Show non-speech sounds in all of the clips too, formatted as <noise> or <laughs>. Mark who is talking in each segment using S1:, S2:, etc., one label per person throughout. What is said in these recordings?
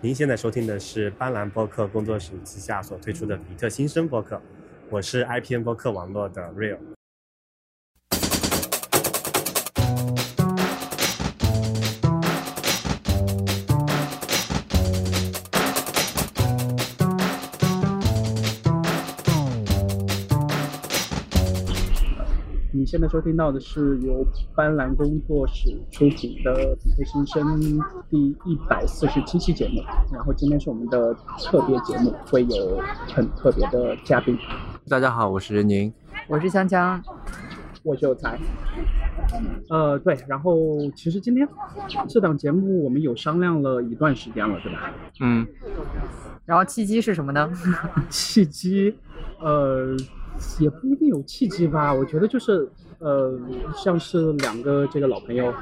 S1: 您现在收听的是斑斓播客工作室旗下所推出的比特新生播客，我是 IPN 播客网络的 Real。
S2: 你现在收听到的是由斑斓工作室出品的《比特新生》第一百四十七期节目，然后今天是我们的特别节目，会有很特别的嘉宾，
S3: 大家好，我是任宁。
S4: 我是香香，
S2: 我是有才。呃，对，然后其实今天这档节目我们有商量了一段时间了，对吧？ <laughs>
S3: 嗯，
S4: 然后契机是什么呢？ <laughs>
S2: 契机，呃，也不一定有契机吧。我觉得就是，呃，像是两个这个老朋友，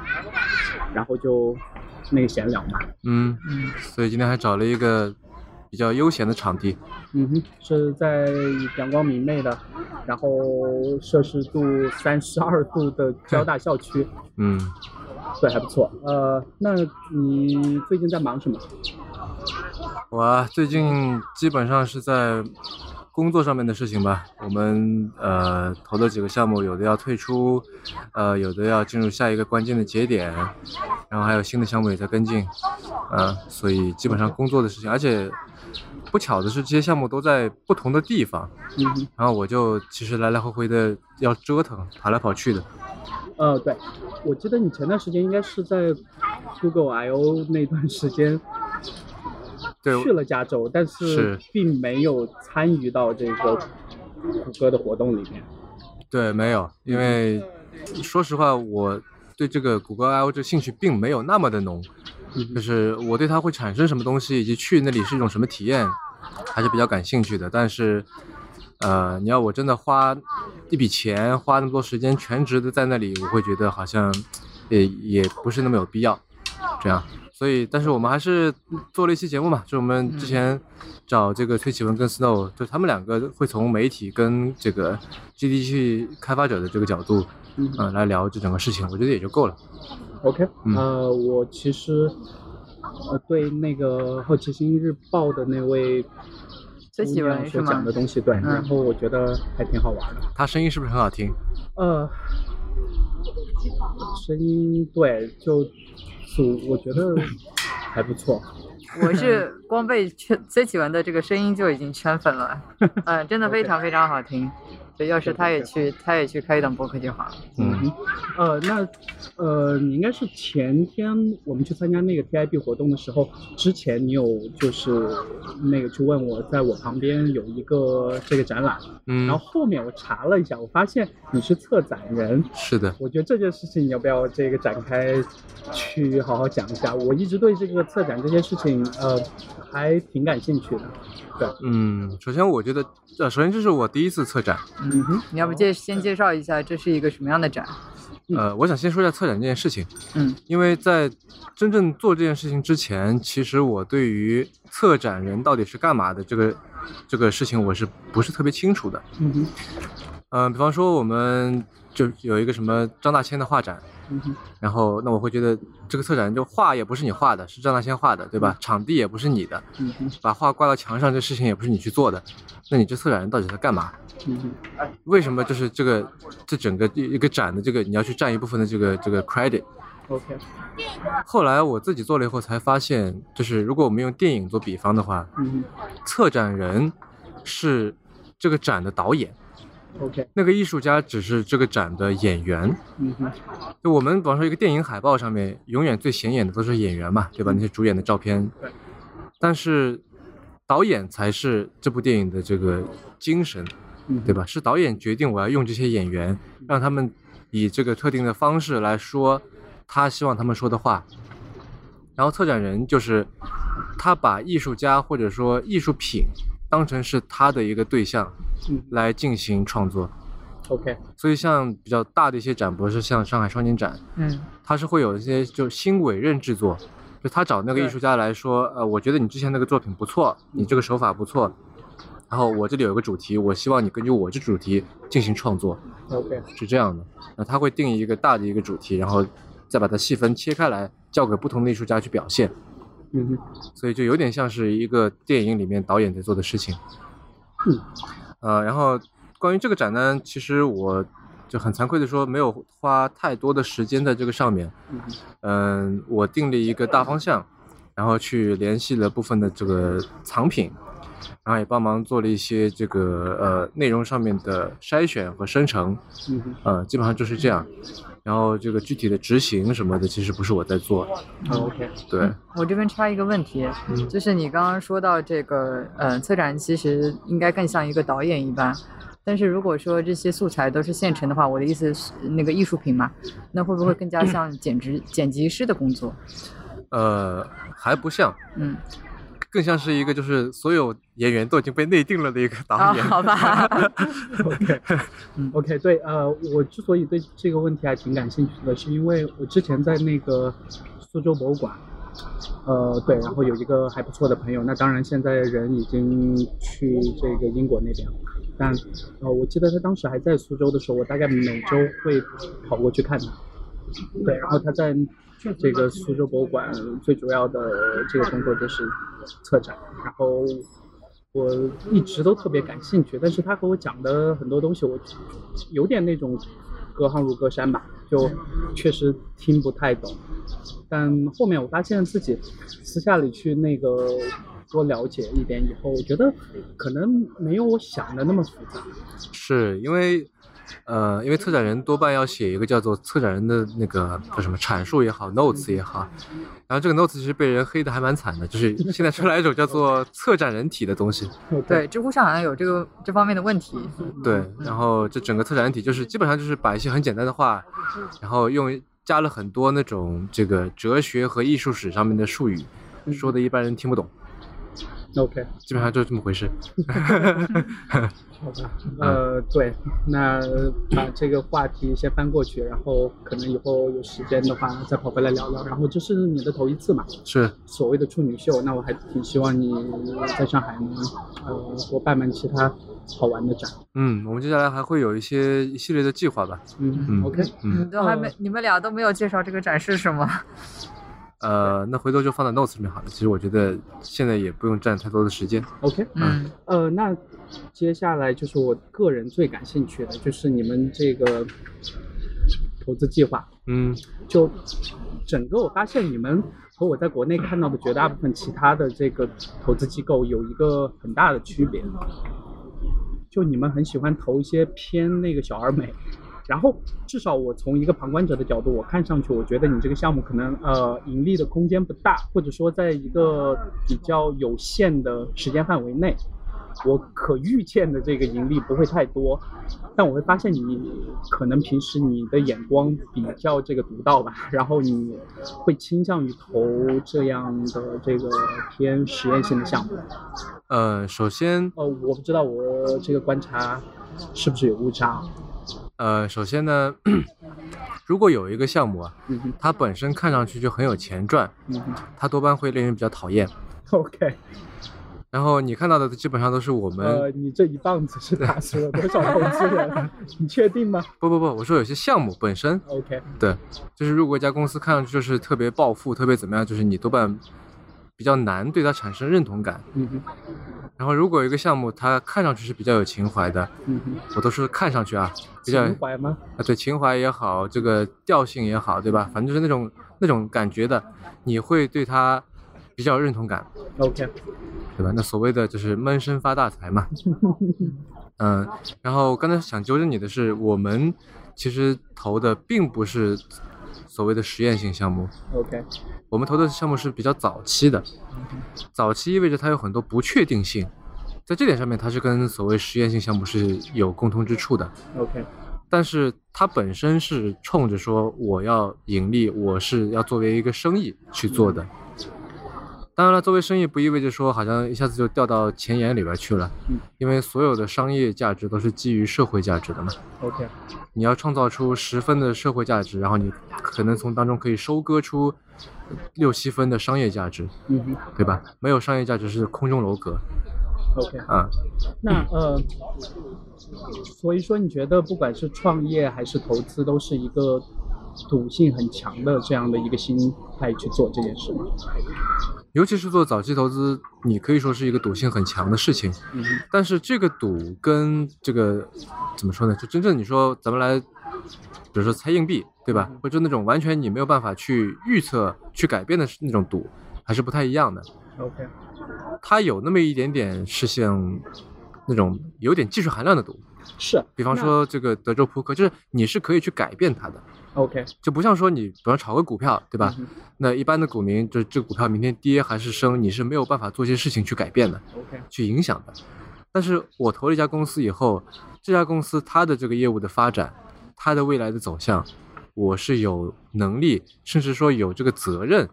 S2: 然后就那个闲聊嘛。
S3: 嗯，
S4: 嗯，
S3: 所以今天还找了一个比较悠闲的场地。
S2: 嗯哼，是在阳光明媚的，然后摄氏度三十二度的交大校区，
S3: 嗯，
S2: 对，还不错。呃，那你最近在忙什么？
S3: 我最近基本上是在工作上面的事情吧。我们呃投的几个项目，有的要退出，呃，有的要进入下一个关键的节点，然后还有新的项目也在跟进，啊、所以基本上工作的事情，而且不巧的是，这些项目都在不同的地方，
S2: 嗯哼，
S3: 然后我就其实来来回回的要折腾，跑来跑去的。
S2: 呃，对，我记得你前段时间应该是在 Google I O 那段时间
S3: 对，
S2: 去了加州，但是
S3: 是
S2: 并没有参与到这个谷歌的活动里面。
S3: 对，没有，因为说实话，我对这个谷歌 I/O 这兴趣并没有那么的浓，
S2: 嗯
S3: 就
S2: 哼，
S3: 是我对它会产生什么东西，以及去那里是一种什么体验，还是比较感兴趣的。但是，呃，你要我真的花一笔钱，花那么多时间，全职的在那里，我会觉得好像也也不是那么有必要，这样。所以，但是我们还是做了一期节目嘛，就我们
S2: 嗯
S3: 之前找这个崔启文跟 Snow，就他们两个会从媒体跟这个 GDP 开发者的这个角度，
S2: 嗯
S3: 嗯、来聊这整个事情，我觉得也就够了。
S2: OK，
S3: 嗯
S2: 呃，我其实呃对那个《好奇心日报》的那位
S4: 崔
S2: 姑
S4: 启
S2: 娘
S4: 文
S2: 所
S4: 是吗嗯
S2: 讲的东西，对，然后我觉得还挺好玩的。
S3: 他声音是不是很好听？
S2: 呃，声音对，就组我觉得还不错。
S4: 我是光被圈崔启文的这个声音就已经圈粉了，嗯，真的
S2: OK
S4: 非常非常好听。所以要是他也去，他也去开一档播客就好了。
S3: 嗯，
S2: 呃，那呃，你应该是前天我们去参加那个 TIB 活动的时候，之前你有就是那个去问我，在我旁边有一个这个展览，
S3: 嗯，
S2: 然后后面我查了一下，我发现你是策展人，
S3: 是的，
S2: 我觉得这件事情你要不要这个展开去好好讲一下？我一直对这个策展这件事情，呃，还挺感兴趣的。
S3: 嗯，首先我觉得，呃，首先这是我第一次策展，
S2: 嗯
S4: 嗯，
S2: 哼，
S4: 你要不介先介绍一下这是一个什么样的展？
S2: 嗯
S3: 呃，我想先说一下策展这件事情，
S4: 嗯，
S3: 因为在真正做这件事情之前，其实我对于策展人到底是干嘛的这个这个事情，我是不是特别清楚的？
S2: 嗯哼，
S3: 嗯、比方说我们就有一个什么张大千的画展，
S2: 嗯哼，
S3: 然后那我会觉得这个策展就画也不是你画的，是张大千画的，对吧？场地也不是你的，
S2: 嗯哼，
S3: 把画挂到墙上这事情也不是你去做的，那你这策展人到底在干嘛？
S2: 嗯哼，
S3: 为什么就是这个这整个一一个展的这个你要去占一部分的这个这个 credit？
S2: OK，
S3: 后来我自己做了以后才发现，就是如果我们用电影做比方的话，
S2: 嗯
S3: 策展人是这个展的导演，
S2: 哼，OK，
S3: 那个艺术家只是这个展的演员。
S2: 嗯哼，
S3: 就我们比方说一个电影海报上面，永远最显眼的都是演员嘛，对吧？那些主演的照片
S2: 对，
S3: 但是导演才是这部电影的这个精神。
S2: 嗯哼
S3: 对？吧？是导演决定我要用这些演员，让他们以这个特定的方式来说他希望他们说的话。然后策展人就是他把艺术家或者说艺术品当成是他的一个对象
S2: 嗯
S3: 来进行创作。
S2: ，OK，
S3: 所以像比较大的一些展，不是像上海双年展，
S4: 嗯
S3: 它是会有一些就新委任制作，就他找那个
S2: 对嗯
S3: 艺术家来说，呃，我觉得你之前那个作品不错，你这个手法不错，然后我这里有个主题，我希望你根据我这主题进行创作，
S2: OK，
S3: 是这样的。那他会定义一个大的一个主题，然后再把它细分切开来，交给不同的艺术家去表现。
S2: 嗯哼，
S3: 所以就有点像是一个电影里面导演在做的事情。
S2: 嗯，
S3: 呃，然后关于这个展呢，其实我就很惭愧的说，没有花太多的时间在这个上面。
S2: 嗯哼，
S3: 嗯，我定了一个大方向，然后去联系了部分的这个藏品，然后也帮忙做了一些这个呃内容上面的筛选和生成。
S2: 嗯哼，
S3: 呃，基本上就是这样。然后这个具体的执行什么的，其实不是我在做。
S2: 好，OK，
S3: 对，
S4: 我这边插一个问题，就是你刚刚说到这个，呃，策展其实应该更像一个导演一般，但是如果说这些素材都是现成的话，我的意思是那个艺术品嘛，那会不会更加像剪辑剪辑师的工作？
S3: 呃，还不像，
S4: 嗯，
S3: 更像是一个就是所有演员都已经被内定了的一个
S4: 啊，
S3: <laughs> 导演。
S4: 好吧，
S2: OK，嗯，OK，对，呃，我之所以对这个问题还挺感兴趣的，是因为我之前在那个苏州博物馆，呃，对，然后有一个还不错的朋友，那当然现在人已经去这个英国那边了，但呃，我记得他当时还在苏州的时候，我大概每周会跑过去看他，对，然后他在这个苏州博物馆最主要的这个工作就是策展，然后我一直都特别感兴趣，但是他和我讲的很多东西，我有点那种隔行如隔山吧，就确实听不太懂。但后面我发现自己私下里去那个多了解一点以后，我觉得可能没有我想的那么复杂。
S3: 是因为，呃，因为策展人多半要写一个叫做策展人的那个叫什么阐述也好，notes 也好，然后这个 notes 其实被人黑的还蛮惨的，就是 <laughs> 现在出来一种叫做策展人体的东西。
S2: OK，
S4: 对，知乎上好像有这个这方面的问题，
S3: 对，
S2: 嗯
S3: 然后这整个策展体就是基本上就是把一些很简单的话，然后用加了很多那种这个哲学和艺术史上面的术语，说的一般人听不懂，
S2: ，OK，
S3: 基本上就是这么回事。
S2: 好吧，呃，对，那把这个话题先翻过去，然后可能以后有时间的话再跑回来聊聊。然后这是你的头一次嘛？
S3: 是，
S2: 所谓的处女秀，那我还挺希望你在上海能呃多办办其他好玩的展。
S3: 嗯，我们接下来还会有一些一系列的计划吧。
S2: 嗯
S3: 嗯
S2: o k
S4: 你
S3: 嗯，
S4: 都还没，你们俩都没有介绍这个展示是吗？
S3: 呃，那回头就放在 notes 里面好了。其实我觉得现在也不用占太多的时间。
S2: OK，
S4: 嗯，
S2: 呃，那接下来就是我个人最感兴趣的，就是你们这个投资计划。
S3: 嗯，
S2: 就整个我发现你们和我在国内看到的绝大部分其他的这个投资机构有一个很大的区别，就你们很喜欢投一些偏那个小而美。然后，至少我从一个旁观者的角度，我看上去，我觉得你这个项目可能呃盈利的空间不大，或者说在一个比较有限的时间范围内，我可预见的这个盈利不会太多。但我会发现你可能平时你的眼光比较这个独到吧，然后你会倾向于投这样的这个偏实验性的项目。
S3: 呃，首先，
S2: 呃，我不知道我这个观察是不是有误差。啊
S3: 呃，首先呢， <clears throat> 如果有一个项目啊，
S2: 嗯哼
S3: 它本身看上去就很有钱赚，
S2: 嗯哼
S3: 它多半会令人比较讨厌。
S2: ，OK，
S3: 然后你看到的基本上都是我们、
S2: 呃，你这一棒子是打死了多少投资人？啊 <laughs> 你确定吗
S3: 不不不，我说有些项目本身
S2: ？OK，
S3: 对，就是如果一家公司看上去就是特别暴富、特别怎么样，就是你多半比较难对它产生认同感。
S2: 嗯哼，
S3: 然后如果有一个项目它看上去是比较有情怀的，
S2: 嗯哼，
S3: 我都是看上去啊，比较
S2: 情怀吗？
S3: 啊对情怀也好，这个调性也好，对吧？反正就是那种那种感觉的，你会对它比较有认同感。
S2: OK，
S3: 对吧？那所谓的就是闷声发大财嘛。嗯，然后刚才想纠正你的是，我们其实投的并不是所谓的实验性项目，
S2: OK，
S3: 我们投的项目是比较早期的。
S2: 嗯
S3: 早期意味着它有很多不确定性，在这点上面它是跟所谓实验性项目是有共通之处的。
S2: OK，
S3: 但是它本身是冲着说我要盈利，我是要作为一个生意去做的。当然了，作为生意不意味着说好像一下子就掉到钱眼里边去了
S2: 嗯，
S3: 因为所有的商业价值都是基于社会价值的嘛。
S2: OK，
S3: 你要创造出十分的社会价值，然后你可能从当中可以收割出六七分的商业价值，
S2: 嗯哼
S3: 对吧？没有商业价值是空中楼阁
S2: ，OK。
S3: 啊。
S2: 那呃，所以说你觉得不管是创业还是投资，都是一个赌性很强的这样的一个心态去做这件事吗？
S3: 尤其是做早期投资，你可以说是一个赌性很强的事情。
S2: 嗯哼，
S3: 但是这个赌跟这个怎么说呢？就真正你说咱们来，比如说猜硬币，对吧？或者那种完全你没有办法去预测、去改变的那种赌，还是不太一样的。
S2: OK，
S3: 它有那么一点点是像那种有点技术含量的赌，
S2: 是。
S3: 比方说这个德州扑克，就是你是可以去改变它的，
S2: OK，
S3: 就不像说你比方炒个股票，对吧？
S2: 嗯
S3: 那一般的股民，就是这个股票明天跌还是升，你是没有办法做一些事情去改变的。
S2: 哼 OK，
S3: 去影响的。但是我投了一家公司以后，这家公司它的这个业务的发展，它的未来的走向，我是有能力，甚至说有这个责任，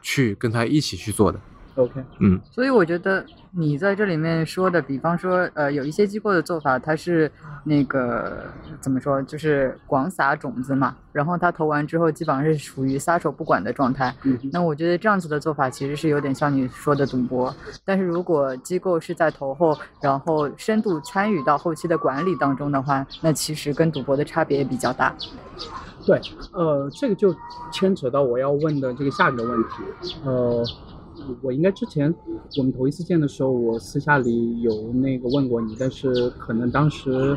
S3: 去跟他一起去做的。
S2: OK，
S3: 嗯，
S4: 所以我觉得你在这里面说的，比方说，呃，有一些机构的做法，它是那个怎么说，就是广撒种子嘛，然后它投完之后，基本上是处于撒手不管的状态。
S2: 嗯哼，
S4: 那我觉得这样子的做法其实是有点像你说的赌博，但是如果机构是在投后，然后深度参与到后期的管理当中的话，那其实跟赌博的差别也比较大。
S2: 对，呃，这个就牵扯到我要问的这个下一个问题，呃，我应该之前我们头一次见的时候，我私下里有那个问过你，但是可能当时，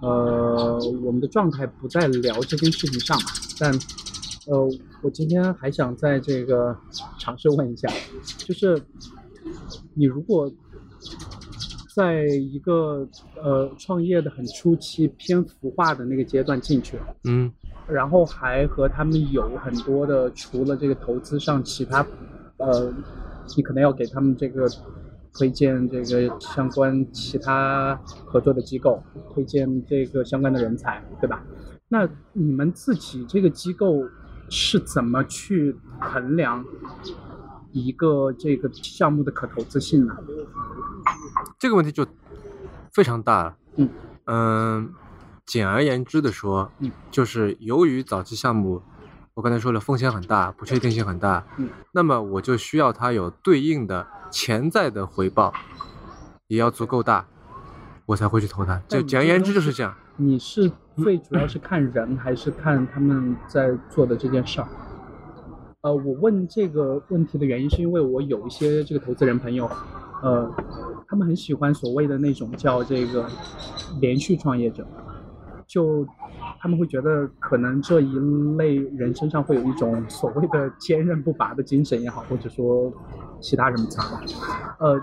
S2: 呃，我们的状态不在聊这件事情上嘛，但。呃，我今天还想在这个尝试问一下，就是你如果在一个呃创业的很初期偏孵化的那个阶段进去，
S3: 嗯，
S2: 然后还和他们有很多的，除了这个投资上，其他，呃，你可能要给他们这个推荐这个相关其他合作的机构，推荐这个相关的人才，对吧？那你们自己这个机构是怎么去衡量一个这个项目的可投资性呢？
S3: 这个问题就非常大了。
S2: 嗯
S3: 嗯简而言之的说，
S2: 嗯
S3: 就是由于早期项目，我刚才说了风险很大，不确定性很大，
S2: 嗯
S3: 那么我就需要它有对应的潜在的回报，也要足够大，我才会去投它。
S2: 但
S3: 就
S2: 你
S3: 简而
S2: 这个
S3: 言
S2: 东
S3: 之就
S2: 西
S3: 是这样。
S2: 你是最主要是看人，还是看他们在做的这件事儿？呃，我问这个问题的原因，是因为我有一些这个投资人朋友，呃，他们很喜欢所谓的那种叫这个连续创业者，就他们会觉得可能这一类人身上会有一种所谓的坚韧不拔的精神也好，或者说其他什么词儿吧，呃，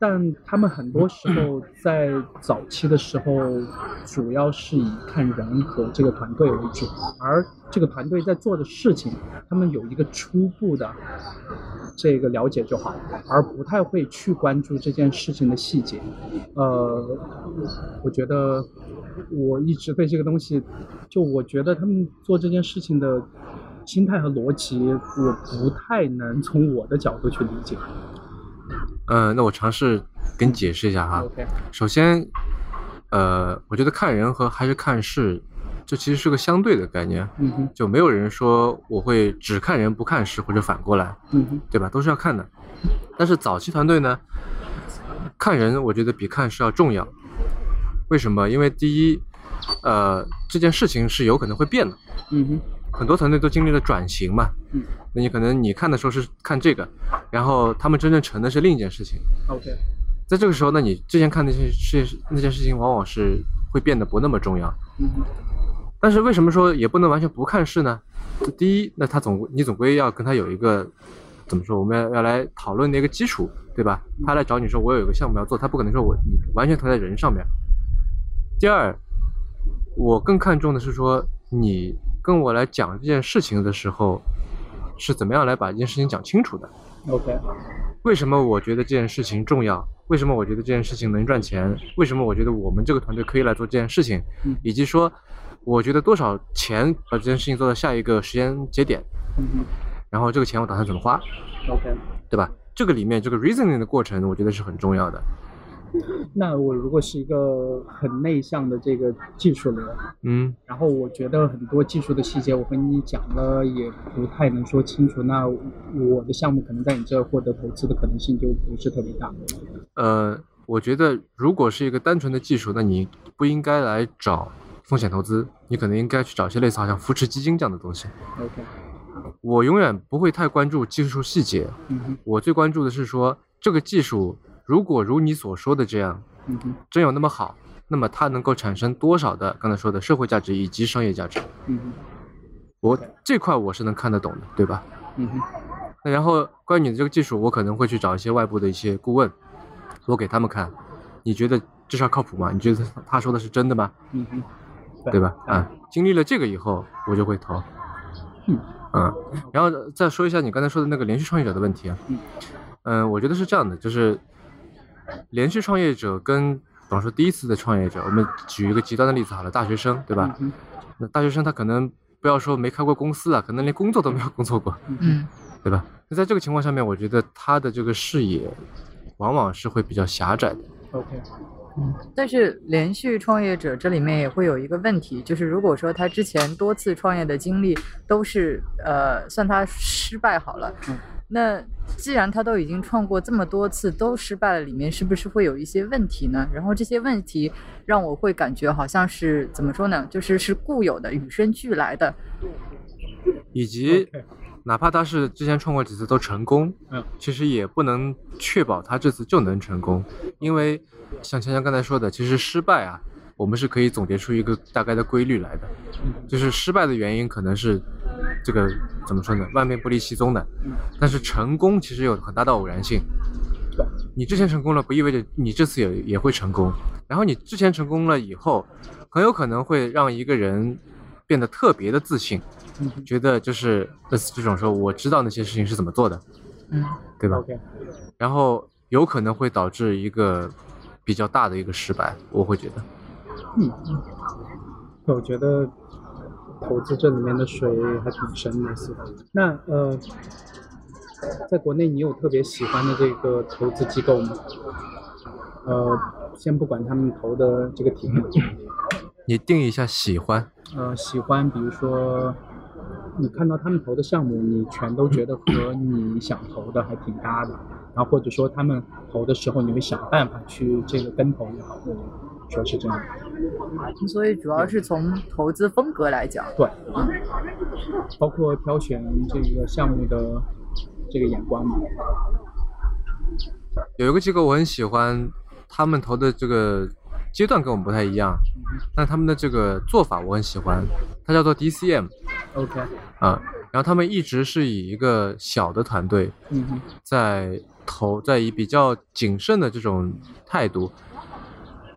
S2: 但他们很多时候在早期的时候，主要是以看人和这个团队为主，而这个团队在做的事情，他们有一个初步的这个了解就好，而不太会去关注这件事情的细节。呃，我觉得我一直对这个东西，就我觉得他们做这件事情的心态和逻辑，我不太能从我的角度去理解。
S3: 嗯，那我尝试给你解释一下哈。
S2: OK，
S3: 首先，呃，我觉得看人和还是看事，这其实是个相对的概念，
S2: 嗯哼，
S3: 就没有人说我会只看人不看事，或者反过来，
S2: 嗯哼，
S3: 对吧？都是要看的。但是早期团队呢，看人我觉得比看事要重要。为什么？因为第一，呃，这件事情是有可能会变的，
S2: 嗯哼。
S3: 很多团队都经历了转型嘛。
S2: 嗯。
S3: 那你可能你看的时候是看这个，然后他们真正成的是另一件事情。
S2: OK，
S3: 在这个时候呢，你之前看那些事那件事情，往往是会变得不那么重要。
S2: 嗯哼，
S3: 但是为什么说也不能完全不看事呢？第一，那他总你总归要跟他有一个怎么说，我们要要来讨论的一个基础，对吧？他来找你说我有一个项目要做，他不可能说我你完全投在人上面。第二，我更看重的是说你跟我来讲这件事情的时候，是怎么样来把这件事情讲清楚的。
S2: OK，
S3: 为什么我觉得这件事情重要？为什么我觉得这件事情能赚钱？为什么我觉得我们这个团队可以来做这件事情？
S2: 嗯
S3: 以及说，我觉得多少钱把这件事情做到下一个时间节点，
S2: 嗯哼
S3: 然后这个钱我打算怎么花，
S2: ，OK。
S3: 对吧？这个里面这个 reasoning 的过程，我觉得是很重要的。
S2: 那我如果是一个很内向的这个技术流，
S3: 嗯，
S2: 然后我觉得很多技术的细节我跟你讲了也不太能说清楚，那我的项目可能在你这儿获得投资的可能性就不是特别大。
S3: 呃，我觉得如果是一个单纯的技术，那你不应该来找风险投资，你可能应该去找一些类似好像扶持基金这样的东西。
S2: OK，
S3: 我永远不会太关注技术细节，
S2: 嗯哼，
S3: 我最关注的是说这个技术如果如你所说的这样，
S2: 嗯哼，
S3: 真有那么好，那么它能够产生多少的刚才说的社会价值以及商业价值？
S2: 嗯哼，
S3: 我这块我是能看得懂的，对吧？
S2: 嗯哼，
S3: 那然后关于你的这个技术，我可能会去找一些外部的一些顾问，我给他们看，你觉得这事儿靠谱吗？你觉得他说的是真的吗？
S2: 嗯哼，对
S3: 对吧？啊、经历了这个以后，我就会投。
S2: 嗯
S3: 嗯，然后再说一下你刚才说的那个连续创业者的问题啊。
S2: 嗯
S3: 嗯，我觉得是这样的，就是连续创业者跟比方说第一次的创业者，我们举一个极端的例子好了，大学生对吧？
S2: 嗯
S3: 那大学生他可能不要说没开过公司啊，可能连工作都没有工作过，
S2: 哼，嗯
S4: 嗯
S3: 对吧？那在这个情况下面，我觉得他的这个视野往往是会比较狭窄的。
S2: 嗯哼，OK，
S4: 但是连续创业者这里面也会有一个问题，就是如果说他之前多次创业的经历都是呃算他失败好了
S2: 嗯，
S4: 那既然他都已经创过这么多次都失败了，里面是不是会有一些问题呢？然后这些问题让我会感觉好像是怎么说呢，就是是固有的、与生俱来的，
S3: 以及
S2: OK
S3: 哪怕他是之前创过几次都成功，
S2: 嗯，
S3: 其实也不能确保他这次就能成功，因为像强强刚才说的，其实失败啊，我们是可以总结出一个大概的规律来的，
S2: 嗯
S3: 就是失败的原因可能是这个怎么说呢，万变不离其宗的
S2: 嗯，
S3: 但是成功其实有很大的偶然性
S2: 对。
S3: 你之前成功了，不意味着你这次也也会成功。然后你之前成功了以后，很有可能会让一个人变得特别的自信，
S2: 嗯哼
S3: 觉得就是类似这种说，我知道那些事情是怎么做的，
S4: 嗯
S3: 对吧？
S2: ，OK，
S3: 然后有可能会导致一个比较大的一个失败，我会觉得，
S2: 嗯，我觉得投资这里面的水还挺深的，是吧？那呃，在国内你有特别喜欢的这个投资机构吗？呃，先不管他们投的这个题目，
S3: 你定义一下喜欢，
S2: 呃，喜欢，比如说你看到他们投的项目，你全都觉得和你想投的还挺搭的，然后或者说他们投的时候，你会想办法去这个跟投也好，或者说是这样。
S4: 所以主要是从投资风格来讲，
S2: 对，包括挑选这个项目的这个眼光嘛。
S3: 有一个机构我很喜欢，他们投的这个阶段跟我们不太一样，但他们的这个做法我很喜欢，它叫做 DCM
S2: OK，
S3: 啊，然后他们一直是以一个小的团队，
S2: 嗯哼，
S3: 在投，在以比较谨慎的这种态度，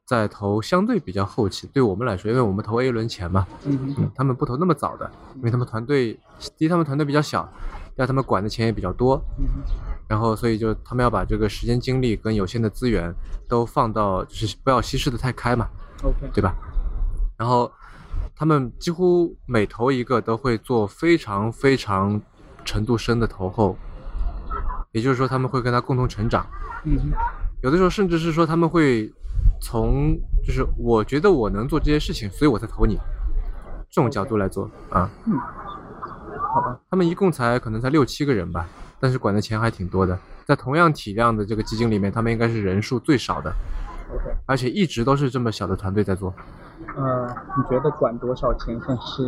S3: 在投相对比较后期。对我们来说，因为我们投 A 轮前嘛，
S2: 嗯哼，
S3: 嗯，他们不投那么早的，因为他们团队，第一他们团队比较小，第二他们管的钱也比较多，
S2: 嗯哼，
S3: 然后所以就他们要把这个时间精力跟有限的资源都放到，就是不要稀释的太开嘛，
S2: OK，
S3: 对吧？然后他们几乎每投一个都会做非常非常程度深的投后，也就是说他们会跟他共同成长。
S2: 嗯哼，
S3: 有的时候甚至是说他们会从就是我觉得我能做这些事情，所以我才投你这种角度来做啊。
S2: 嗯，好吧，
S3: 他们一共才可能才六七个人吧，但是管的钱还挺多的。在同样体量的这个基金里面，他们应该是人数最少的，
S2: ，OK，
S3: 而且一直都是这么小的团队在做。
S2: 呃，你觉得管多少钱算是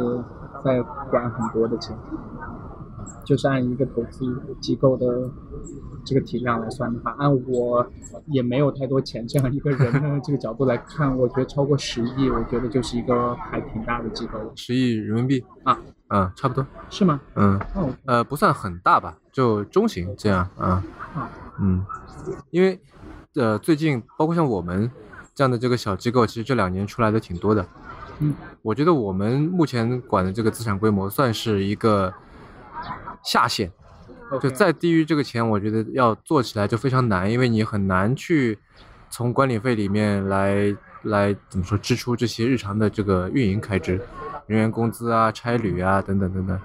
S2: 在管很多的钱？就是按一个投资机构的这个体量来算的话，按我也没有太多钱这样一个人的这个角度来看，我觉得超过十亿，我觉得就是一个还挺大的机构了，
S3: 十亿人民币
S2: 啊，
S3: 嗯，差不多，
S2: 是吗？
S3: 嗯，
S2: 哦，
S3: 呃，不算很大吧，就中型这样啊
S2: 啊，
S3: 嗯，因为呃，最近包括像我们这样的这个小机构，其实这两年出来的挺多的，
S2: 嗯，
S3: 我觉得我们目前管的这个资产规模算是一个下限，就
S2: OK
S3: 再低于这个钱，我觉得要做起来就非常难，因为你很难去从管理费里面来来怎么说支出这些日常的这个运营开支，人员工资啊、差旅啊等等等等。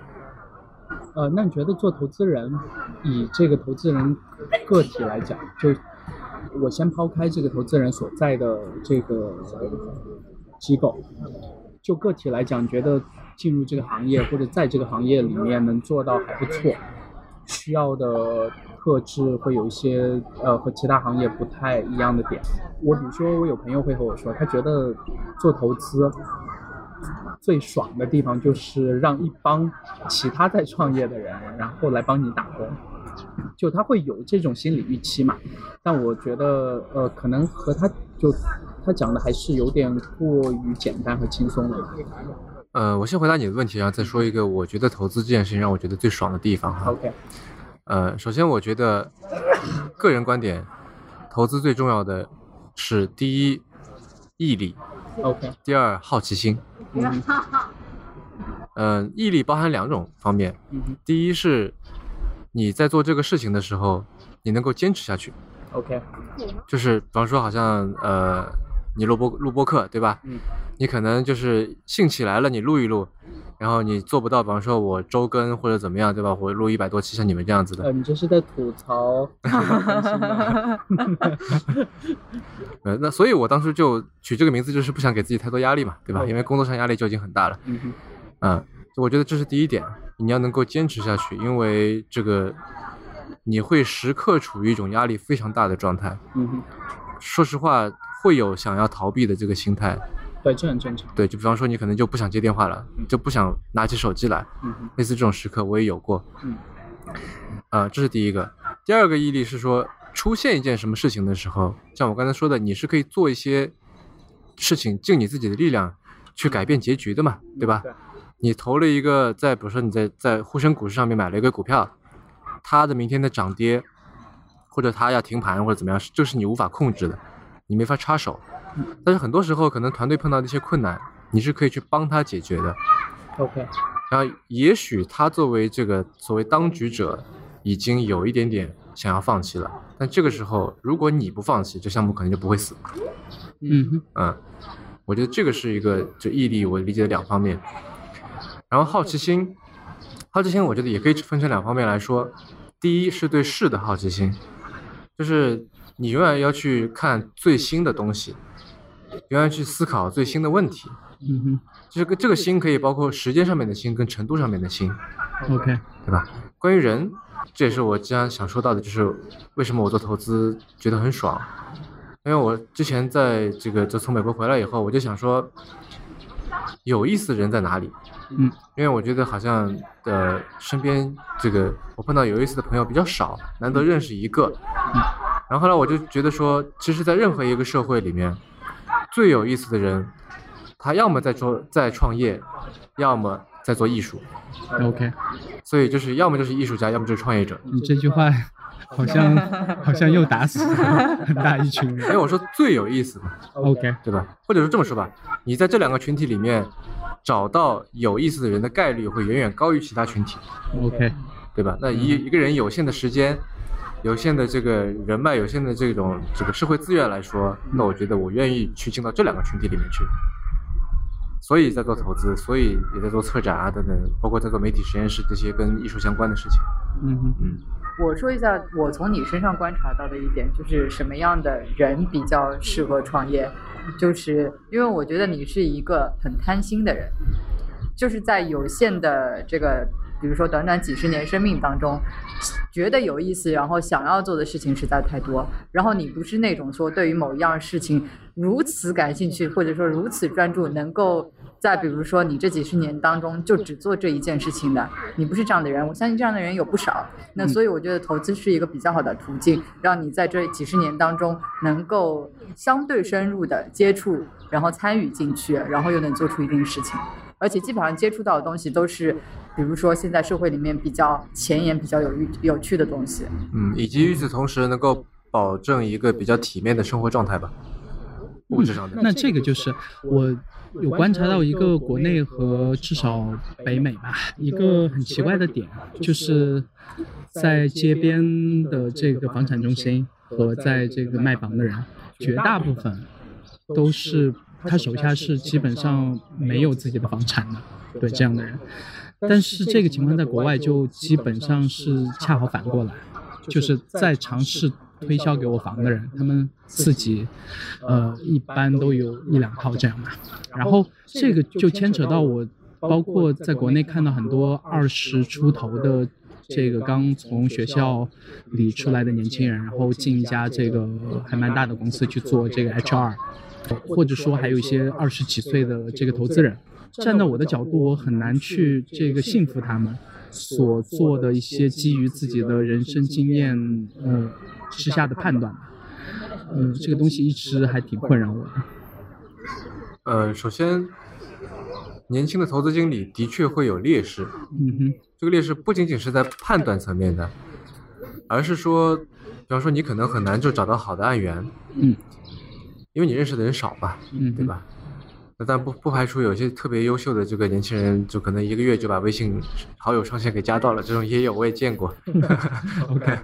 S2: 呃，那你觉得做投资人，以这个投资人个体来讲，就我先抛开这个投资人所在的这个机构，就个体来讲，你觉得进入这个行业或者在这个行业里面能做到还不错，需要的特质会有一些呃和其他行业不太一样的点。我比如说，我有朋友会和我说，他觉得做投资最爽的地方就是让一帮其他在创业的人，然后来帮你打工。就他会有这种心理预期嘛，但我觉得呃，可能和他就他讲的还是有点过于简单和轻松了吧。
S3: 呃，我先回答你的问题，然后再说一个我觉得投资这件事情让我觉得最爽的地方哈。
S2: OK，
S3: 呃，首先我觉得个人观点，投资最重要的是第一毅力，
S2: OK，
S3: 第二好奇心。
S2: 嗯
S3: 嗯、毅力包含两种方面，
S2: 嗯
S3: 第一是你在做这个事情的时候，你能够坚持下去，
S2: ，OK，
S3: 就是比方说好像呃，你录播录播课对吧？
S2: 嗯
S3: 你可能就是兴起来了，你录一录，然后你做不到，比方说我周更或者怎么样，对吧？我录一百多期，像你们这样子的
S2: 呃，，你这是在吐 <laughs> 槽自己的分心吗
S3: 呃，那所以我当初就取这个名字，就是不想给自己太多压力嘛，对吧？
S2: OK
S3: 因为工作上压力就已经很大了，
S2: 嗯哼
S3: 嗯，我觉得这是第一点，你要能够坚持下去，因为这个你会时刻处于一种压力非常大的状态，
S2: 嗯哼，
S3: 说实话会有想要逃避的这个心态，
S2: 对，这很正常。
S3: 对，就比方说你可能就不想接电话了，就不想拿起手机来，
S2: 嗯哼，
S3: 类似这种时刻我也有过。
S2: 嗯，
S3: 呃，这是第一个。第二个毅力是说，出现一件什么事情的时候，像我刚才说的，你是可以做一些事情，尽你自己的力量去改变结局的嘛，对吧？
S2: 对，
S3: 你投了一个在，比如说你在在沪深股市上面买了一个股票，它的明天的涨跌，或者它要停盘或者怎么样，这是你无法控制的，你没法插手。但是很多时候，可能团队碰到的一些困难，你是可以去帮他解决的。
S2: OK，
S3: 然后，也许他作为这个所谓当局者，已经有一点点想要放弃了。但这个时候，如果你不放弃，这项目可能就不会死。
S2: 嗯哼，
S3: 嗯，我觉得这个是一个就毅力，我理解的两方面。然后好奇心，好奇心我觉得也可以分成两方面来说。第一是对事的好奇心，就是你永远要去看最新的东西，永远去思考最新的问题。
S2: 嗯
S3: 这个这个心可以包括时间上面的心跟程度上面的心。
S2: 哼，OK，
S3: 对吧？关于人，这也是我经常想说到的，就是为什么我做投资觉得很爽，因为我之前在这个就从美国回来以后，我就想说，有意思的人在哪里？
S2: 嗯，
S3: 因为我觉得好像呃身边这个我碰到有意思的朋友比较少，难得认识一个。然后后来我就觉得说，其实，在任何一个社会里面，最有意思的人，他要么在做在创业，要么在做艺术。
S5: OK，
S3: 所以就是要么就是艺术家，要么就是创业者。
S5: 你嗯这句话好像好像又打死 <laughs> 了很大一群
S3: 因为
S5: 人。
S3: 哎我说最有意思嘛，
S5: OK，
S3: 对吧？或者说这么说吧，你在这两个群体里面找到有意思的人的概率会远远高于其他群体，
S5: OK，
S3: 对吧？那一一个人有限的时间、有限的这个人脉、有限的这种这个社会资源来说，那我觉得我愿意去进到这两个群体里面去。所以在做投资，所以也在做策展啊等等，包括在做媒体实验室这些跟艺术相关的事情。
S5: 嗯哼，
S3: 嗯，
S4: 我说一下，我从你身上观察到的一点，就是什么样的人比较适合创业，就是因为我觉得你是一个很贪心的人，就是在有限的这个，比如说短短几十年生命当中，觉得有意思，然后想要做的事情实在太多，然后你不是那种说对于某一样事情如此感兴趣，或者说如此专注，能够在比如说你这几十年当中就只做这一件事情的，你不是这样的人。我相信这样的人有不少。那所以我觉得投资是一个比较好的途径，让你在这几十年当中能够相对深入的接触，然后参与进去，然后又能做出一定事情。而且基本上接触到的东西都是，比如说现在社会里面比较前沿、比较有趣有趣的东西。
S3: 嗯，以及与此同时能够保证一个比较体面的生活状态吧，物质上的。
S5: 那这个就是我有观察到一个国内和至少北美吧，一个很奇怪的点，啊就是在街边的这个房产中心和在这个卖房的人，绝大部分都是他手下是基本上没有自己的房产的。对这样的人，但是这个情况在国外就基本上是恰好反过来，就是在尝试推销给我房的人，他们自己，呃，一般都有一两套这样吧。然后这个就牵扯到我，包括在国内看到很多二十出头的这个刚从学校里出来的年轻人，然后进一家这个还蛮大的公司去做这个 HR，或者说还有一些二十几岁的这个投资人。站到我的角度，我很难去这个信服他们所做的一些基于自己的人生经验，呃之下的判断吧。嗯，这个东西一直还挺困扰我的。
S3: 呃，首先，年轻的投资经理的确会有劣势，
S5: 嗯哼，
S3: 这个劣势不仅仅是在判断层面的，而是说，比方说你可能很难就找到好的案源，
S5: 嗯，
S3: 因为你认识的人少嘛，
S5: 嗯哼，
S3: 对吧？那但不不排除有些特别优秀的这个年轻人，就可能一个月就把微信好友上限给加到了，这种也有，我也见过。
S5: <laughs> ？OK，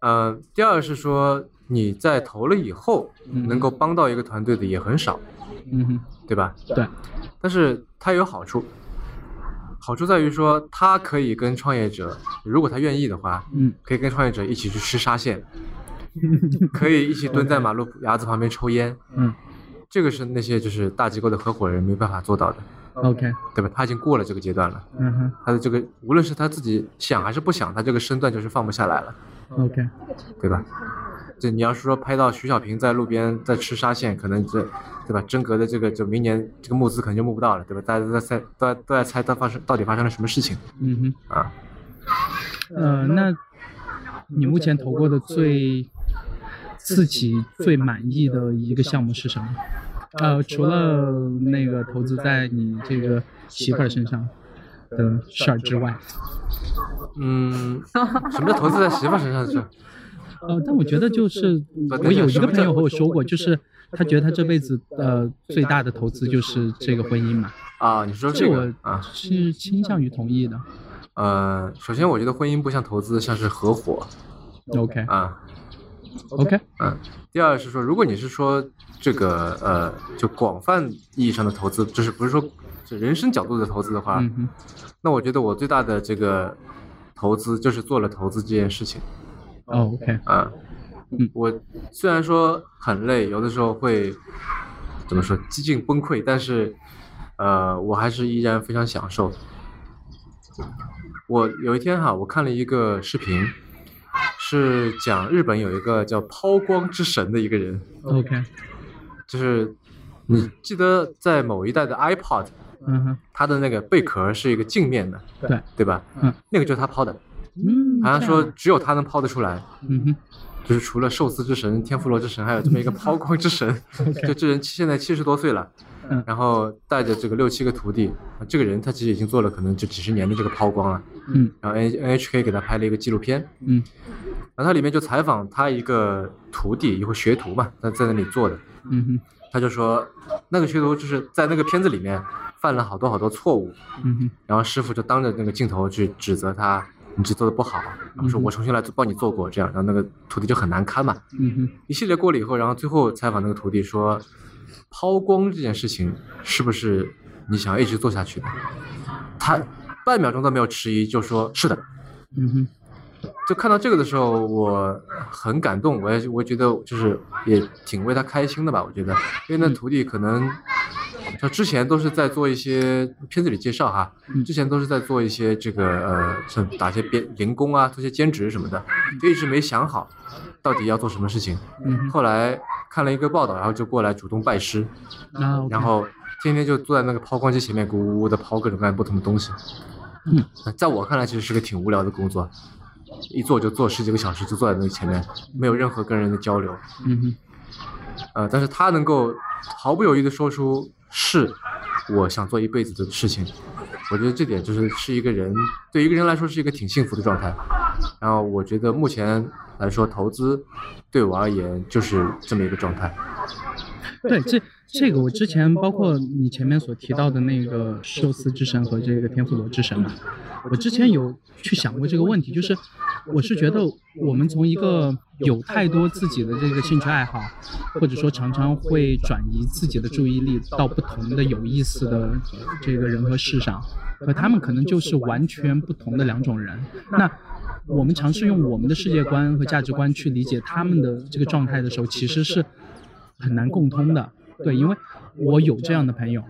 S3: 呃，第二是说你在投了以后，能够帮到一个团队的也很少，
S5: 嗯哼，
S3: 对吧？
S5: 对，
S3: 但是它也有好处，好处在于说，它可以跟创业者，如果他愿意的话，
S5: 嗯，
S3: 可以跟创业者一起去吃沙县，可以一起蹲在马路牙子旁边抽烟，
S5: 嗯，
S3: 这个是那些就是大机构的合伙人没办法做到的，
S5: ，OK，
S3: 对吧？他已经过了这个阶段了，
S5: 嗯哼
S3: 他的这个无论是他自己想还是不想，他这个身段就是放不下来了，
S5: ，OK，
S3: 对吧？这你要是说拍到徐小平在路边在吃沙县，可能这，对吧？真格的这个就明年这个募资可能就募不到了，对吧？大家都在猜，都在都在猜他发生到底发生了什么事情
S5: 嗯哼。
S3: 啊？
S5: 呃，那你目前投过的最自己最满意的一个项目是什么？呃，除了那个投资在你这个媳妇儿身上的事儿之外，
S3: 嗯，什么叫投资在媳妇身上去？
S5: 呃，但我觉得就是我有一个朋友和我说过，就是他觉得他这辈子呃最大的投资就是这个婚姻嘛，
S3: 啊，你说
S5: 这
S3: 这个
S5: 我
S3: 啊？
S5: 是倾向于同意的。
S3: 呃，首先我觉得婚姻不像投资，像是合伙
S5: OK
S3: 啊。
S5: OK，
S3: 嗯，第二是说，如果你是说这个呃，就广泛意义上的投资，就是不是说就人生角度的投资的话，
S5: 嗯哼，
S3: 那我觉得我最大的这个投资就是做了投资这件事情
S5: 哦 OK，
S3: 啊。
S5: 嗯
S3: 我虽然说很累，有的时候会怎么说几近崩溃，但是呃，我还是依然非常享受。我有一天哈，我看了一个视频，是讲日本有一个叫抛光之神的一个人，
S5: OK，
S3: 就是你记得在某一代的 iPod，
S5: 嗯哼，
S3: 它的那个贝壳是一个镜面的，
S5: 对
S3: 对吧？
S5: 嗯，
S3: 那个就是他抛的，
S5: 嗯，
S3: 好像
S5: 这
S3: 说
S5: 样
S3: 只有他能抛得出来，
S5: 嗯
S3: 就是除了寿司之神、天妇罗之神，还有这么一个抛光之神。
S5: 哼，OK， <laughs>
S3: 就这人现在七十多岁了
S5: 嗯，
S3: 然后带着这个六七个徒弟，这个人他其实已经做了可能就几十年的这个抛光了。
S5: 嗯
S3: 然后 N NHK 给他拍了一个纪录片，
S5: 嗯
S3: 然后他里面就采访他一个徒弟，一个学徒嘛，他在那里做的，
S5: 嗯哼。
S3: 他就说那个学徒就是在那个片子里面犯了好多好多错误，
S5: 嗯哼，
S3: 然后师傅就当着那个镜头去指责他，你这做的不好，然后说我重新来做帮你做过这样，然后那个徒弟就很难堪嘛。
S5: 嗯哼，
S3: 一系列过了以后，然后最后采访那个徒弟说，抛光这件事情是不是你想要一直做下去的？他半秒钟都没有迟疑，就说是的。
S5: 嗯哼，
S3: 就看到这个的时候，我很感动，我也我觉得就是也挺为他开心的吧。我觉得，因
S5: 嗯
S3: 为那徒弟可能他之前都是在做一些片子里介绍哈，
S5: 嗯
S3: 之前都是在做一些这个呃，像打一些边零工啊，做一些兼职什么的，就一直没想好到底要做什么事情。
S5: 嗯
S3: 后来看了一个报道，然后就过来主动拜师，
S5: 哼，啊，OK，
S3: 然后天天就坐在那个抛光机前面，咕咕咕的抛各种各样不同的东西。呃
S5: 嗯，
S3: 在我看来，其实是个挺无聊的工作，一坐就坐十几个小时，就坐在那个前面，没有任何跟人的交流。
S5: 嗯哼，
S3: 呃，但是他能够毫不犹豫地说出是我想做一辈子的事情，我觉得这点就是是一个人对一个人来说是一个挺幸福的状态。然后我觉得目前来说，投资对我而言就是这么一个状态。
S5: 对，这这个我之前包括你前面所提到的那个寿司之神和这个天妇罗之神嘛，我之前有去想过这个问题，就是我是觉得我们从一个有太多自己的这个兴趣爱好，或者说常常会转移自己的注意力到不同的有意思的这个人和事上，和他们可能就是完全不同的两种人。那我们尝试用我们的世界观和价值观去理解他们的这个状态的时候，其实是很难共通的。对，因为我有这样的朋友，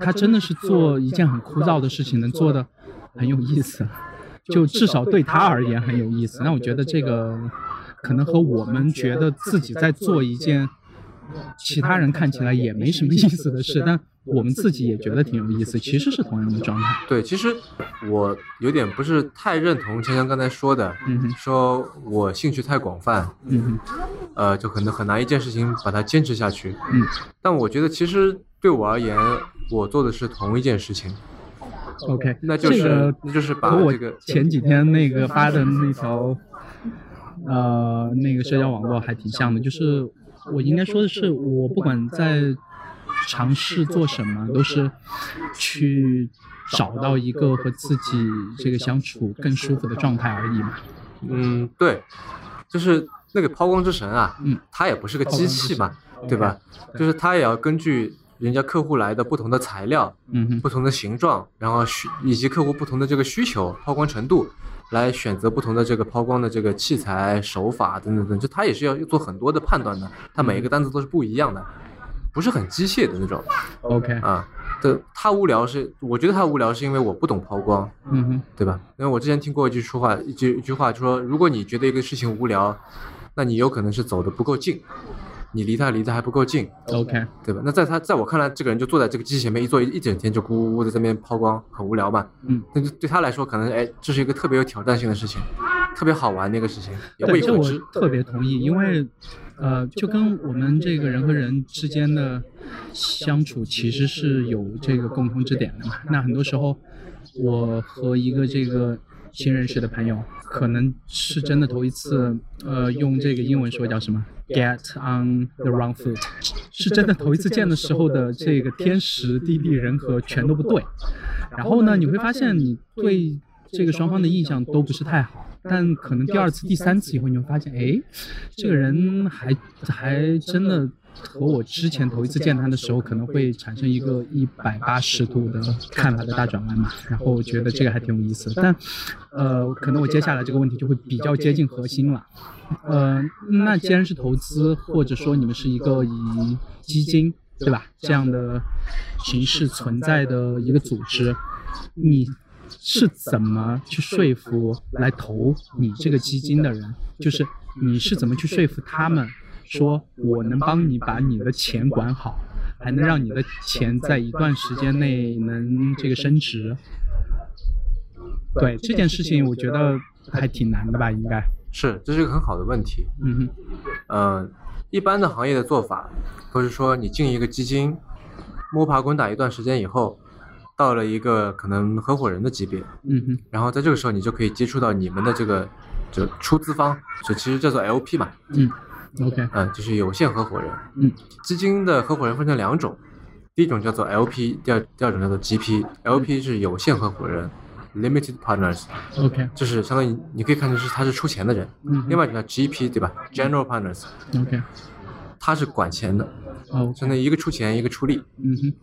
S5: 他真的是做一件很枯燥的事情，能做的很有意思。就至少对他而言很有意思。那我觉得这个可能和我们觉得自己在做一件其他人看起来也没什么意思的事，但我们自己也觉得挺有意思，其实是同样的状态。
S3: 对，其实我有点不是太认同千香刚才说的，
S5: 嗯哼
S3: 说我兴趣太广泛，
S5: 嗯哼
S3: 呃，就可能很难一件事情把它坚持下去。
S5: 嗯，
S3: 但我觉得其实对我而言，我做的是同一件事情，
S5: ，OK，
S3: 那就是、
S5: 这个
S3: 那就是把
S5: 和我
S3: 这个
S5: 前几天那个发的那条，呃，那个社交网络还挺像的，就是我应该说的是，我不管在尝试做什么，都是去找到一个和自己这个相处更舒服的状态而已嘛。
S3: 嗯，对，就是那个抛光之神啊，
S5: 嗯，
S3: 它也不是个机器嘛，对吧？
S5: 对
S3: 就是它也要根据人家客户来的不同的材料、
S5: 嗯哼，
S3: 不同的形状，然后需以及客户不同的这个需求、抛光程度，来选择不同的这个抛光的这个器材、手法等等等，就它也是要做很多的判断的，它每一个单子都是不一样的，不是很机械的那种
S5: OK，
S3: 啊。对，它无聊是，我觉得它无聊是因为我不懂抛光，
S5: 嗯哼，
S3: 对吧？因为我之前听过一句说话，一句一句话就说，如果你觉得一个事情无聊，那你有可能是走的不够近，你离它离得还不够近，
S5: OK，
S3: 对吧？那在他在我看来，这个人就坐在这个机器前面一坐一一整天，就咕咕咕的在那边抛光，很无聊嘛。
S5: 嗯，
S3: 那就对他来说，可能哎，这是一个特别有挑战性的事情，特别好玩的一个事情，也
S5: 对，
S3: 未
S5: 这
S3: 可
S5: 我
S3: 知。
S5: 特别同意，因为，呃，就跟我们这个人和人之间的相处其实是有这个共通之点的嘛。那很多时候，我和一个这个新认识的朋友，可能是真的头一次，呃，用这个英文说叫什么 “get on the wrong foot”，是真的头一次见的时候的这个天时地利人和全都不对。然后呢，你会发现你对这个双方的印象都不是太好，但可能第二次、第三次以后，你会发嗯现，哎，这个人还还真的和我之前头一次见他的时候，可能会产生一个一百八十度的看法的大转弯嘛。然后我觉得这个还挺有意思的，但呃，可能我接下来这个问题就会比较接近核心了。呃，那既然是投资，或者说你们是一个以基金对吧这样的形式存在的一个组织，你是怎么去说服来投你这个基金的人？就是你是怎么去说服他们，说我能帮你把你的钱管好，还能让你的钱在一段时间内能这个升值？对这件事情，我觉得还挺难的吧，应该。
S3: 是，这是一个很好的问题。
S5: 嗯
S3: 嗯，一般的行业的做法都是说，你进一个基金，摸爬滚打一段时间以后，到了一个可能合伙人的级别，
S5: 哼，嗯哼，
S3: 然后在这个时候你就可以接触到你们的这个就出资方，就其实叫做 LP 嘛，
S5: 嗯，OK，
S3: 嗯，就是有限合伙人。
S5: 嗯，
S3: 基金的合伙人分成两种，第一种叫做 LP，第二第二种叫做 GP。LP
S5: 嗯
S3: 是有限合伙人，Limited Partners，
S5: OK，
S3: 就是相当于你可以看成是他是出钱的人。
S5: 嗯哼，
S3: 另外一种叫 GP，对吧？General Partners，
S5: OK，
S3: 他是管钱的，
S5: 哦，
S3: 相当于一个出钱一个出力。
S5: 嗯哼，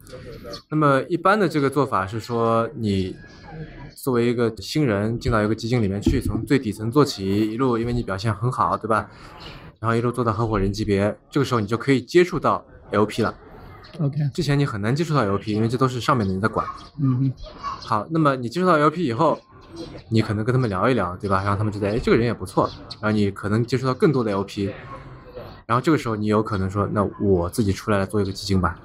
S3: 那么一般的这个做法是说，你作为一个新人进到一个基金里面去，从最底层做起，一路因为你表现很好，对吧？然后一路做到合伙人级别，这个时候你就可以接触到 LP 了。
S5: ，OK，
S3: 之前你很难接触到 LP，因为这都是上面的人在管。
S5: 嗯哼，
S3: 好，那么你接触到 LP 以后，你可能跟他们聊一聊，对吧？然后他们觉得，哎，这个人也不错。然后你可能接触到更多的 LP，然后这个时候你有可能说，那我自己出来做一个基金吧，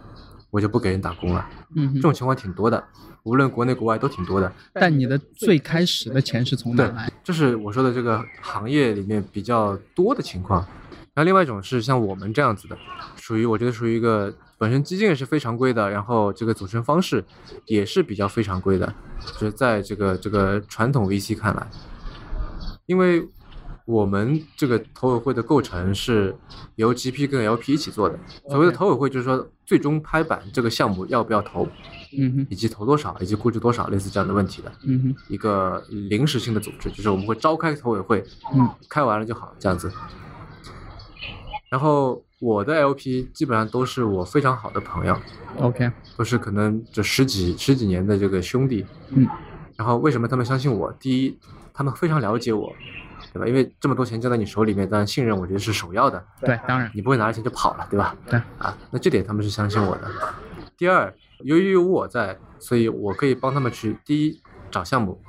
S3: 我就不给人打工了。
S5: 嗯
S3: 这
S5: 哼，
S3: 种情况挺多的，无论国内国外都挺多的。
S5: 但你的最开始的钱是从哪
S3: 对
S5: 来？，
S3: 这是我说的这个行业里面比较多的情况。然后另外一种是像我们这样子的，属于我觉得属于一个本身基金也是非常规的，然后这个组成方式也是比较非常规的，就是在这个这个传统 VC 看来，因为我们这个投委会的构成是由 GP 跟 LP 一起做的。所谓的
S5: OK
S3: 投委会就是说最终拍板这个项目要不要投，
S5: 嗯哼，
S3: 以及投多少，以及估值多少，类似这样的问题的。
S5: 嗯哼，
S3: 一个临时性的组织，就是我们会召开投委会，
S5: 嗯，
S3: 开完了就好，这样子。然后我的 LP 基本上都是我非常好的朋友，
S5: ，OK，
S3: 都是可能这十几十几年的这个兄弟，
S5: 嗯，
S3: 然后为什么他们相信我？第一，他们非常了解我，对吧？因为这么多钱交在你手里面，当然信任我觉得是首要的，
S5: 对，当然，
S3: 你不会拿着钱就跑了，对吧？
S5: 嗯对
S3: 啊，那这点他们是相信我的。第二，由于有我在，所以我可以帮他们去第一找项目，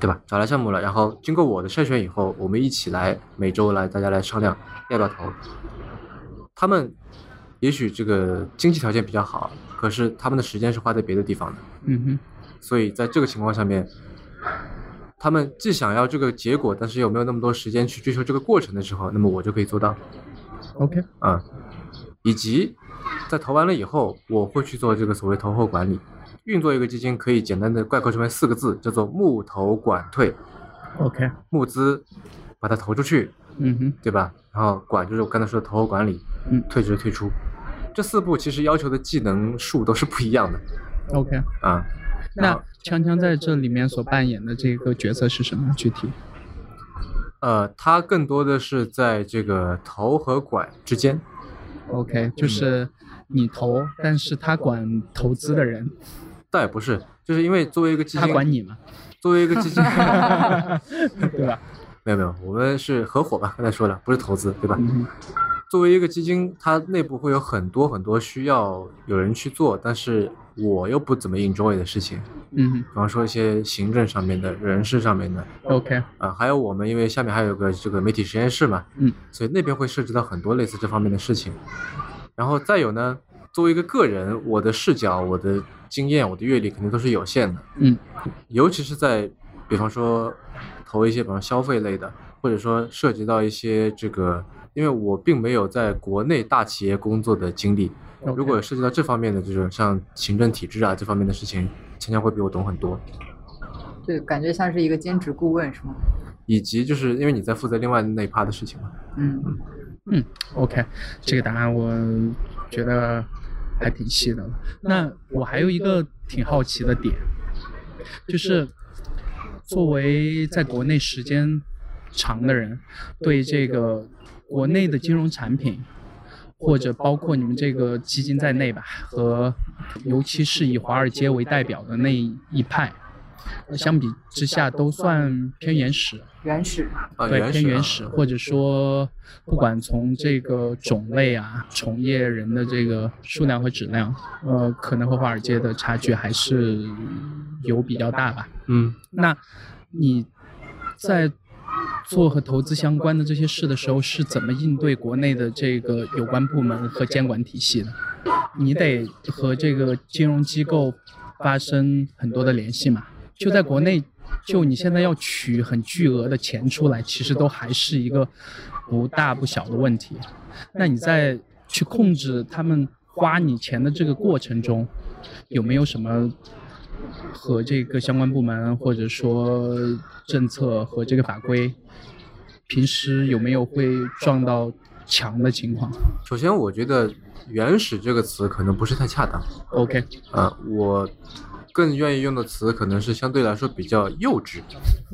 S3: 对吧？找来项目了，然后经过我的筛选以后，我们一起来每周来大家来商量要不要投。他们也许这个经济条件比较好，可是他们的时间是花在别的地方的，
S5: 嗯哼，
S3: 所以在这个情况下面，他们既想要这个结果，但是又没有那么多时间去追求这个过程的时候，那么我就可以做到。
S5: OK
S3: 啊、以及在投完了以后，我会去做这个所谓投后管理。运作一个基金可以简单的概括成为四个字，叫做募投管退。
S5: OK，
S3: 募资把它投出去，
S5: 嗯哼，
S3: 对吧？然后管就是我刚才说的投后管理，
S5: 嗯
S3: 退就是退出。这四步其实要求的技能数都是不一样的
S5: OK。
S3: 啊。
S5: 那锵锵在这里面所扮演的这个角色是什么？具体
S3: 呃，它更多的是在这个投和管之间，
S5: ？OK，就是你投，但是他管投资的人，
S3: 倒也不是，就是因为作为一个基
S5: 他
S3: 金，
S5: 管你嘛，
S3: 作为一个基金，
S5: <laughs> 对吧？
S3: 没有没有，我们是合伙吧？刚才说了，不是投资，对吧？
S5: 嗯哼
S3: 作为一个基金，它内部会有很多很多需要有人去做，但是我又不怎么 enjoy 的事情，
S5: 嗯哼
S3: 比方说一些行政上面的、人事上面的，
S5: ，OK，
S3: 啊，还有我们因为下面还有个这个媒体实验室嘛，
S5: 嗯，
S3: 所以那边会涉及到很多类似这方面的事情。然后再有呢，作为一个个人，我的视角、我的经验、我的阅历肯定都是有限的，
S5: 嗯，
S3: 尤其是在比方说投一些比方消费类的，或者说涉及到一些这个，因为我并没有在国内大企业工作的经历，如果涉及到这方面的这种像行政体制啊这方面的事情，强强会比我懂很多。
S4: 对，感觉像是一个兼职顾问是吗？
S3: 以及就是因为你在负责另外那一趴的事情嘛，
S4: 嗯，
S5: OK，这个答案我觉得还挺细的了。那我还有一个挺好奇的点，就是作为在国内时间长的人，对这个国内的金融产品，或者包括你们这个基金在内吧，和尤其是以华尔街为代表的那一派，相比之下都算偏原始。
S4: 原始
S3: 啊，
S5: 对，
S3: 原始
S5: 偏原
S3: 啊
S5: 始，或者说，不管从这个种类啊、从业人的这个数量和质量，呃，可能和华尔街的差距还是有比较大吧。
S3: 嗯，
S5: 那你在做和投资相关的这些事的时候，是怎么应对国内的这个有关部门和监管体系的？你得和这个金融机构发生很多的联系嘛？就在国内，就你现在要取很巨额的钱出来，其实都还是一个不大不小的问题。那你在去控制他们花你钱的这个过程中，有没有什么和这个相关部门或者说政策和这个法规，平时有没有会撞到墙的情况
S3: 首先我觉得“原始”这个词可能不是太恰当，
S5: ？OK，
S3: 啊，我更愿意用的词可能是相对来说比较幼稚，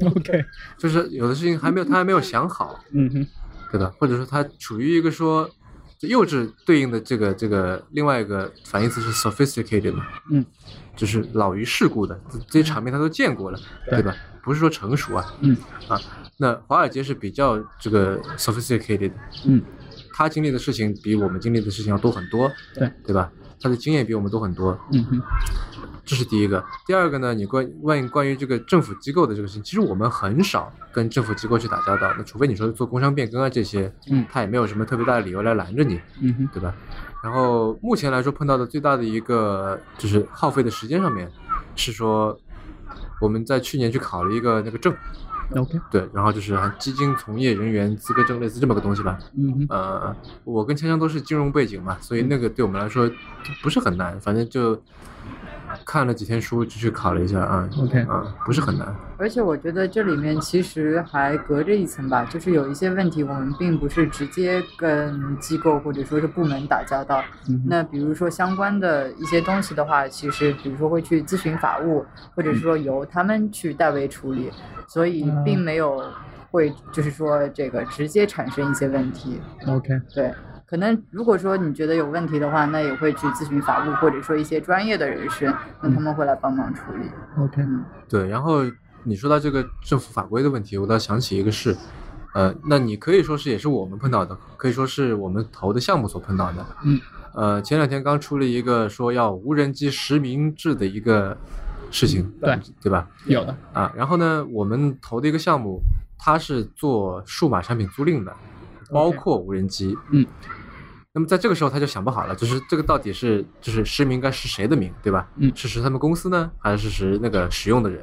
S5: OK，
S3: 就是有的事情还没有他还没有想好，
S5: 嗯哼，
S3: 对吧？或者说他处于一个说幼稚对应的这个这个另外一个反义词是 sophisticated 嘛，
S5: 嗯，
S3: 就是老于世故的，这这些场面他都见过了，
S5: 对
S3: 对吧？不是说成熟啊，
S5: 嗯
S3: 啊，那华尔街是比较这个 sophisticated，
S5: 嗯，
S3: 他经历的事情比我们经历的事情要多很多，
S5: 对
S3: 对吧？他的经验比我们多很多，
S5: 嗯哼，
S3: 这是第一个。第二个呢，你关问关于这个政府机构的这个事情，其实我们很少跟政府机构去打交道。那除非你说做工商变更啊这些，
S5: 嗯
S3: 他也没有什么特别大的理由来拦着你，
S5: 嗯哼，
S3: 对吧？然后目前来说碰到的最大的一个就是耗费的时间上面，是说我们在去年去考了一个那个证，
S5: OK，
S3: 对，然后就是基金从业人员资格证类似这么个东西吧，
S5: 嗯哼，
S3: 呃，我跟锵锵都是金融背景嘛，
S5: 嗯
S3: 所以那个对我们来说不是很难，反正就看了几天书就去考了一下啊。
S5: OK
S3: 啊，不是很难。
S4: 而且我觉得这里面其实还隔着一层吧，就是有一些问题我们并不是直接跟机构或者说是部门打交道。
S5: 嗯哼，
S4: 那比如说相关的一些东西的话，其实比如说会去咨询法务，或者是说由他们去代为处理，所以
S5: 嗯
S4: 并没有会就是说这个直接产生一些问题。
S5: OK，
S4: 对，可能如果说你觉得有问题的话，那也会去咨询法务或者说一些专业的人士，那他们会来帮忙处理。
S5: OK，
S4: 嗯，
S3: 对，然后你说到这个政府法规的问题，我倒想起一个事，呃，那你可以说是也是我们碰到的，可以说是我们投的项目所碰到的。
S5: 嗯，
S3: 呃，前两天刚出了一个说要无人机实名制的一个事情，
S5: 嗯对
S3: 对吧？
S5: 有的，
S3: 啊，然后呢，我们投的一个项目，它是做数码产品租赁的，包括无人机。
S5: 嗯。
S3: 那么在这个时候，他就想不好了，就是这个到底是就是实名该是谁的名，对吧？
S5: 嗯
S3: 是实他们公司呢，还是实那个使用的人，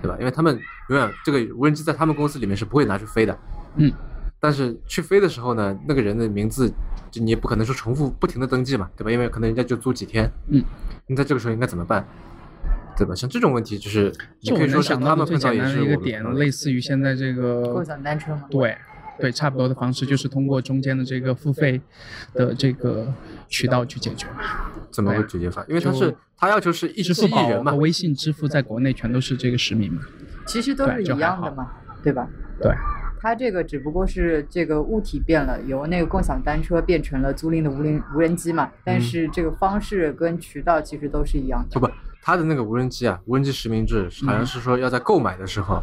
S3: 对吧？因为他们永远这个无人机在他们公司里面是不会拿去飞的。
S5: 嗯。
S3: 但是去飞的时候呢，那个人的名字就你也不可能说重复不停的登记嘛，对吧？因为可能人家就租几天。
S5: 嗯。
S3: 那在这个时候应该怎么办？对吧？像这种问题，就是你
S5: 这
S3: 可
S5: 我
S3: 以说
S5: 能
S3: 是
S5: 想
S3: 他
S5: 到的
S3: 们
S5: 最
S3: 碰到
S5: 简
S3: 也
S5: 单
S3: 是
S5: 的一个
S3: 我们
S5: 点
S3: 碰，到的
S5: 类似于现在这
S4: 共
S5: 个
S4: 享单车嘛。
S5: 对对，差不多的方式就是通过中间的这个付费的这个渠道去解决。
S3: 怎么会
S5: 对
S3: 解决法？因为他
S5: 哎就是
S3: 他要求是一
S5: 支
S3: 机
S5: 付
S3: 一
S5: 宝
S3: 人
S5: 和
S3: 嘛，
S5: 微信支付在国内全都是这个实名嘛？
S4: 其实都是
S5: 对
S4: 一
S5: 就还
S4: 样的
S5: 好
S4: 嘛，对吧？
S5: 对，
S4: 它这个只不过是这个物体变了，由那个共享单车变成了租赁的无人无人机嘛，但
S3: 嗯
S4: 是这个方式跟渠道其实都是一样的。
S3: 不不，他的那个无人机啊，无人机实名制好像是说要在购买的时候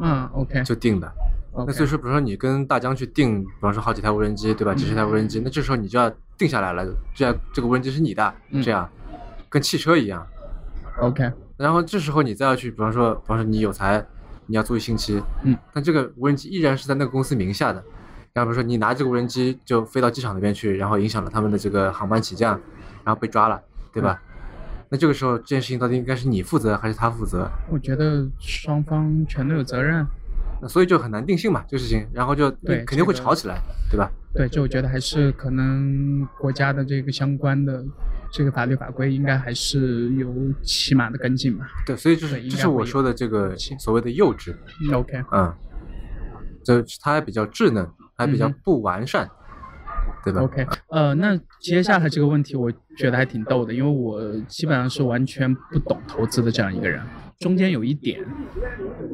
S5: 嗯，OK，
S3: 就定的。那
S5: OK，
S3: 所以说，比如说你跟大疆去定，比方说好几台无人机，对
S5: 嗯
S3: 吧？几十台无人机，那这时候你就要定下来了，这样这个无人机是你的，
S5: 嗯
S3: 这样跟汽车一样。
S5: OK，
S3: 然后这时候你再要去，比方说，比方说你有才，你要租一星期，
S5: 嗯，
S3: 但这个无人机依然是在那个公司名下的。然后比如说你拿这个无人机就飞到机场那边去，然后影响了他们的这个航班起降，然后被抓了，对吧？
S5: 嗯
S3: 那这个时候这件事情到底应该是你负责还是他负责？
S5: 我觉得双方全都有责任。
S3: 那所以就很难定性嘛，这个事情，然后就
S5: 对
S3: 肯定会
S5: 这个
S3: 吵起来，对吧？
S5: 对，这我觉得还是可能国家的这个相关的这个法律法规应该还是有起码的跟进吧。
S3: 对，所以就是
S5: 对应
S3: 这
S5: 该
S3: 是我
S5: 会
S3: 说的这个
S5: 是
S3: 所谓的幼稚，
S5: OK，
S3: 嗯，就是它还比较稚嫩，还比较
S5: 嗯哼
S3: 不完善，对吧
S5: OK，呃，那接下来这个问题我觉得还挺逗的，因为我基本上是完全不懂投资的这样一个人。中间有一点，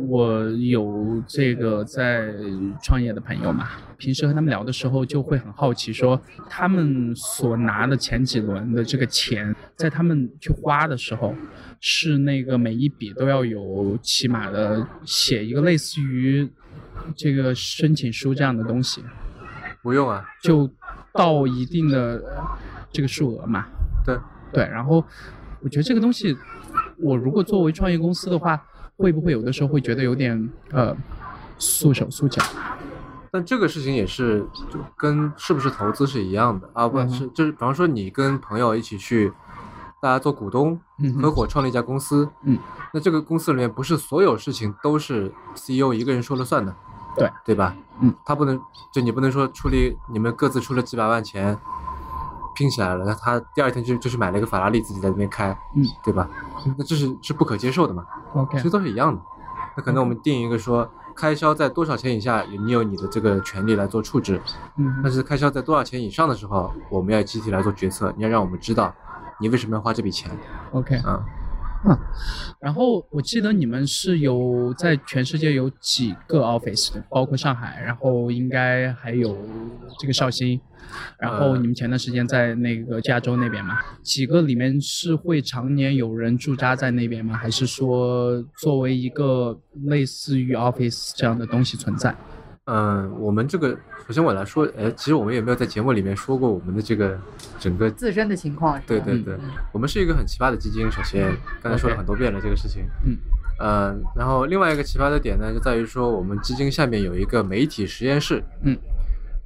S5: 我有这个在创业的朋友嘛，平时和他们聊的时候就会很好奇说，他们所拿的前几轮的这个钱，在他们去花的时候，是那个每一笔都要有起码的写一个类似于这个申请书这样的东西，
S3: 不用啊，
S5: 就到一定的这个数额嘛。
S3: 对，
S5: 对，然后我觉得这个东西，我如果作为创业公司的话，会不会有的时候会觉得有点呃束手束脚？
S3: 但这个事情也是就跟是不是投资是一样的啊，不
S5: 嗯哼
S3: 是就是，比方说你跟朋友一起去，大家做股东
S5: 嗯，哼
S3: 合伙创立一家公司，
S5: 嗯，
S3: 那这个公司里面不是所有事情都是 CEO 一个人说了算的，
S5: 对
S3: 对吧？
S5: 嗯，
S3: 他不能就你不能说出力，你们各自出了几百万钱拼起来了，那他第二天就就去买了一个法拉利自己在那边开，
S5: 嗯，
S3: 对吧？那这是是不可接受的嘛，
S5: ，OK，
S3: 其实都是一样的。那可能我们定一个说，开销在多少钱以下，你有你的这个权利来做处置；
S5: 嗯
S3: 但是开销在多少钱以上的时候，我们要集体来做决策。你要让我们知道你为什么要花这笔钱
S5: ，OK。
S3: 啊、
S5: 然后我记得你们是有在全世界有几个 office 的，包括上海，然后应该还有这个绍兴，然后
S3: 呃
S5: 你们前段时间在那个加州那边嘛，几个里面是会常年有人驻扎在那边吗？还是说作为一个类似于 office 这样的东西存在？
S3: 嗯。我们这个首先我来说，哎，其实我们也没有在节目里面说过我们的这个整个，
S4: 自身的情况是吧？
S3: 对对对，我们是一个很奇葩的基金。首先，刚才说了
S5: 嗯 OK
S3: 很多遍了这个事情，
S5: 嗯
S3: 呃，然后另外一个奇葩的点呢，就在于说我们基金下面有一个媒体实验室，
S5: 嗯，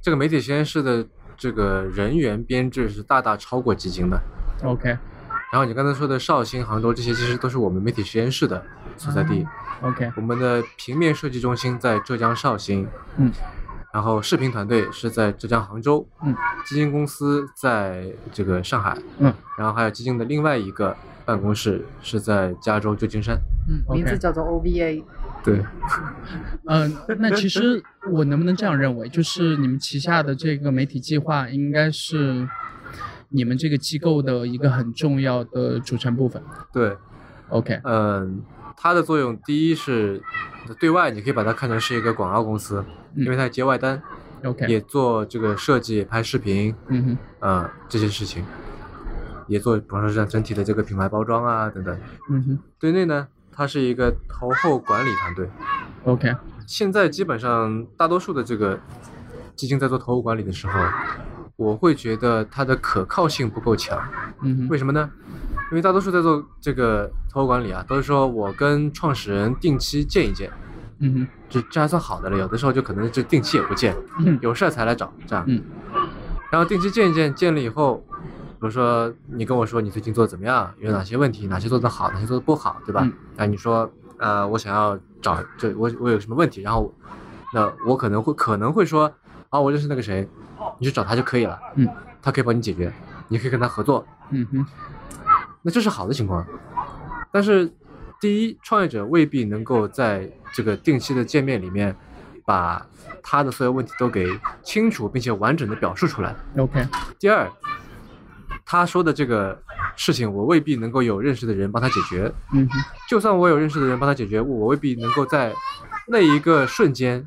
S3: 这个媒体实验室的这个人员编制是大大超过基金的。
S5: ，OK
S3: 然后你刚才说的绍兴、杭州这些，其实都是我们媒体实验室的所在地。
S5: 嗯 OK，
S3: 我们的平面设计中心在浙江绍兴，
S5: 嗯，
S3: 然后视频团队是在浙江杭州，
S5: 嗯，
S3: 基金公司在这个上海，
S5: 嗯，
S3: 然后还有基金的另外一个办公室是在加州旧金山。
S4: 嗯，名字
S5: OK
S4: 叫做 OVA，
S3: 对，
S5: 嗯、那其实我能不能这样认为，就是你们旗下的这个媒体计划应该是你们这个机构的一个很重要的组成部分。
S3: 对，
S5: OK，
S3: 嗯，它的作用第一是对外，你可以把它看成是一个广告公司，
S5: 嗯
S3: 因为它接外单，也
S5: OK，
S3: 做这个设计、拍视频，
S5: 嗯哼，
S3: 呃，这些事情，也做，比方说像整体的这个品牌包装啊等等。
S5: 嗯哼
S3: 对内呢，它是一个投后管理团队，
S5: ，OK，
S3: 现在基本上大多数的这个基金在做投后管理的时候，我会觉得它的可靠性不够强。
S5: 嗯
S3: 为
S5: 哼，
S3: 什么呢？因为大多数在做这个投后管理啊，都是说我跟创始人定期见一见，
S5: 嗯
S3: 这这还算好的了。有的时候就可能就定期也不见，
S5: 哼嗯
S3: 有事儿才来找这样。
S5: 嗯
S3: 然后定期见一见，见了以后，比如说你跟我说你最近做的怎么样，有哪些问题，哪些做得好，哪些做得不好，对吧？
S5: 嗯
S3: 那啊你说，呃，我想要找，就我我有什么问题，然后那我可能会可能会说，啊，我认识那个谁，你去找他就可以了，
S5: 嗯，
S3: 他可以帮你解决，你可以跟他合作，
S5: 嗯哼，
S3: 那这是好的情况。但是，第一，创业者未必能够在这个定期的见面里面，把他的所有问题都给清楚并且完整的表述出来。
S5: ，OK，
S3: 第二，他说的这个事情，我未必能够有认识的人帮他解决。
S5: 嗯哼，
S3: 就算我有认识的人帮他解决，我未必能够在那一个瞬间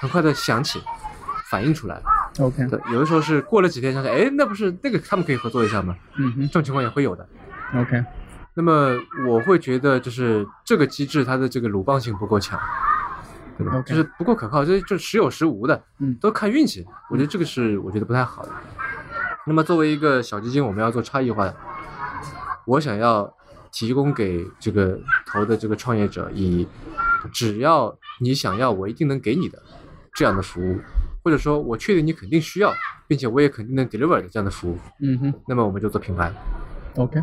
S3: 很快的想起、反应出来。
S5: ，OK，
S3: 对，有的时候是过了几天想起，哎，那不是那个他们可以合作一下吗？
S5: 嗯
S3: 这种情况也会有的。
S5: 哼，OK，
S3: 那么我会觉得，就是这个机制它的这个鲁棒性不够强，对吧
S5: OK
S3: 就是不够可靠，这就时有时无的，
S5: 嗯
S3: 都看运气。我觉得这个是我觉得不太好的。那么作为一个小基金，我们要做差异化的，我想要提供给这个投的这个创业者以只要你想要，我一定能给你的这样的服务，或者说我确定你肯定需要，并且我也肯定能 deliver 的这样的服务，
S5: 嗯哼
S3: 那么我们就做品牌。
S5: ，OK。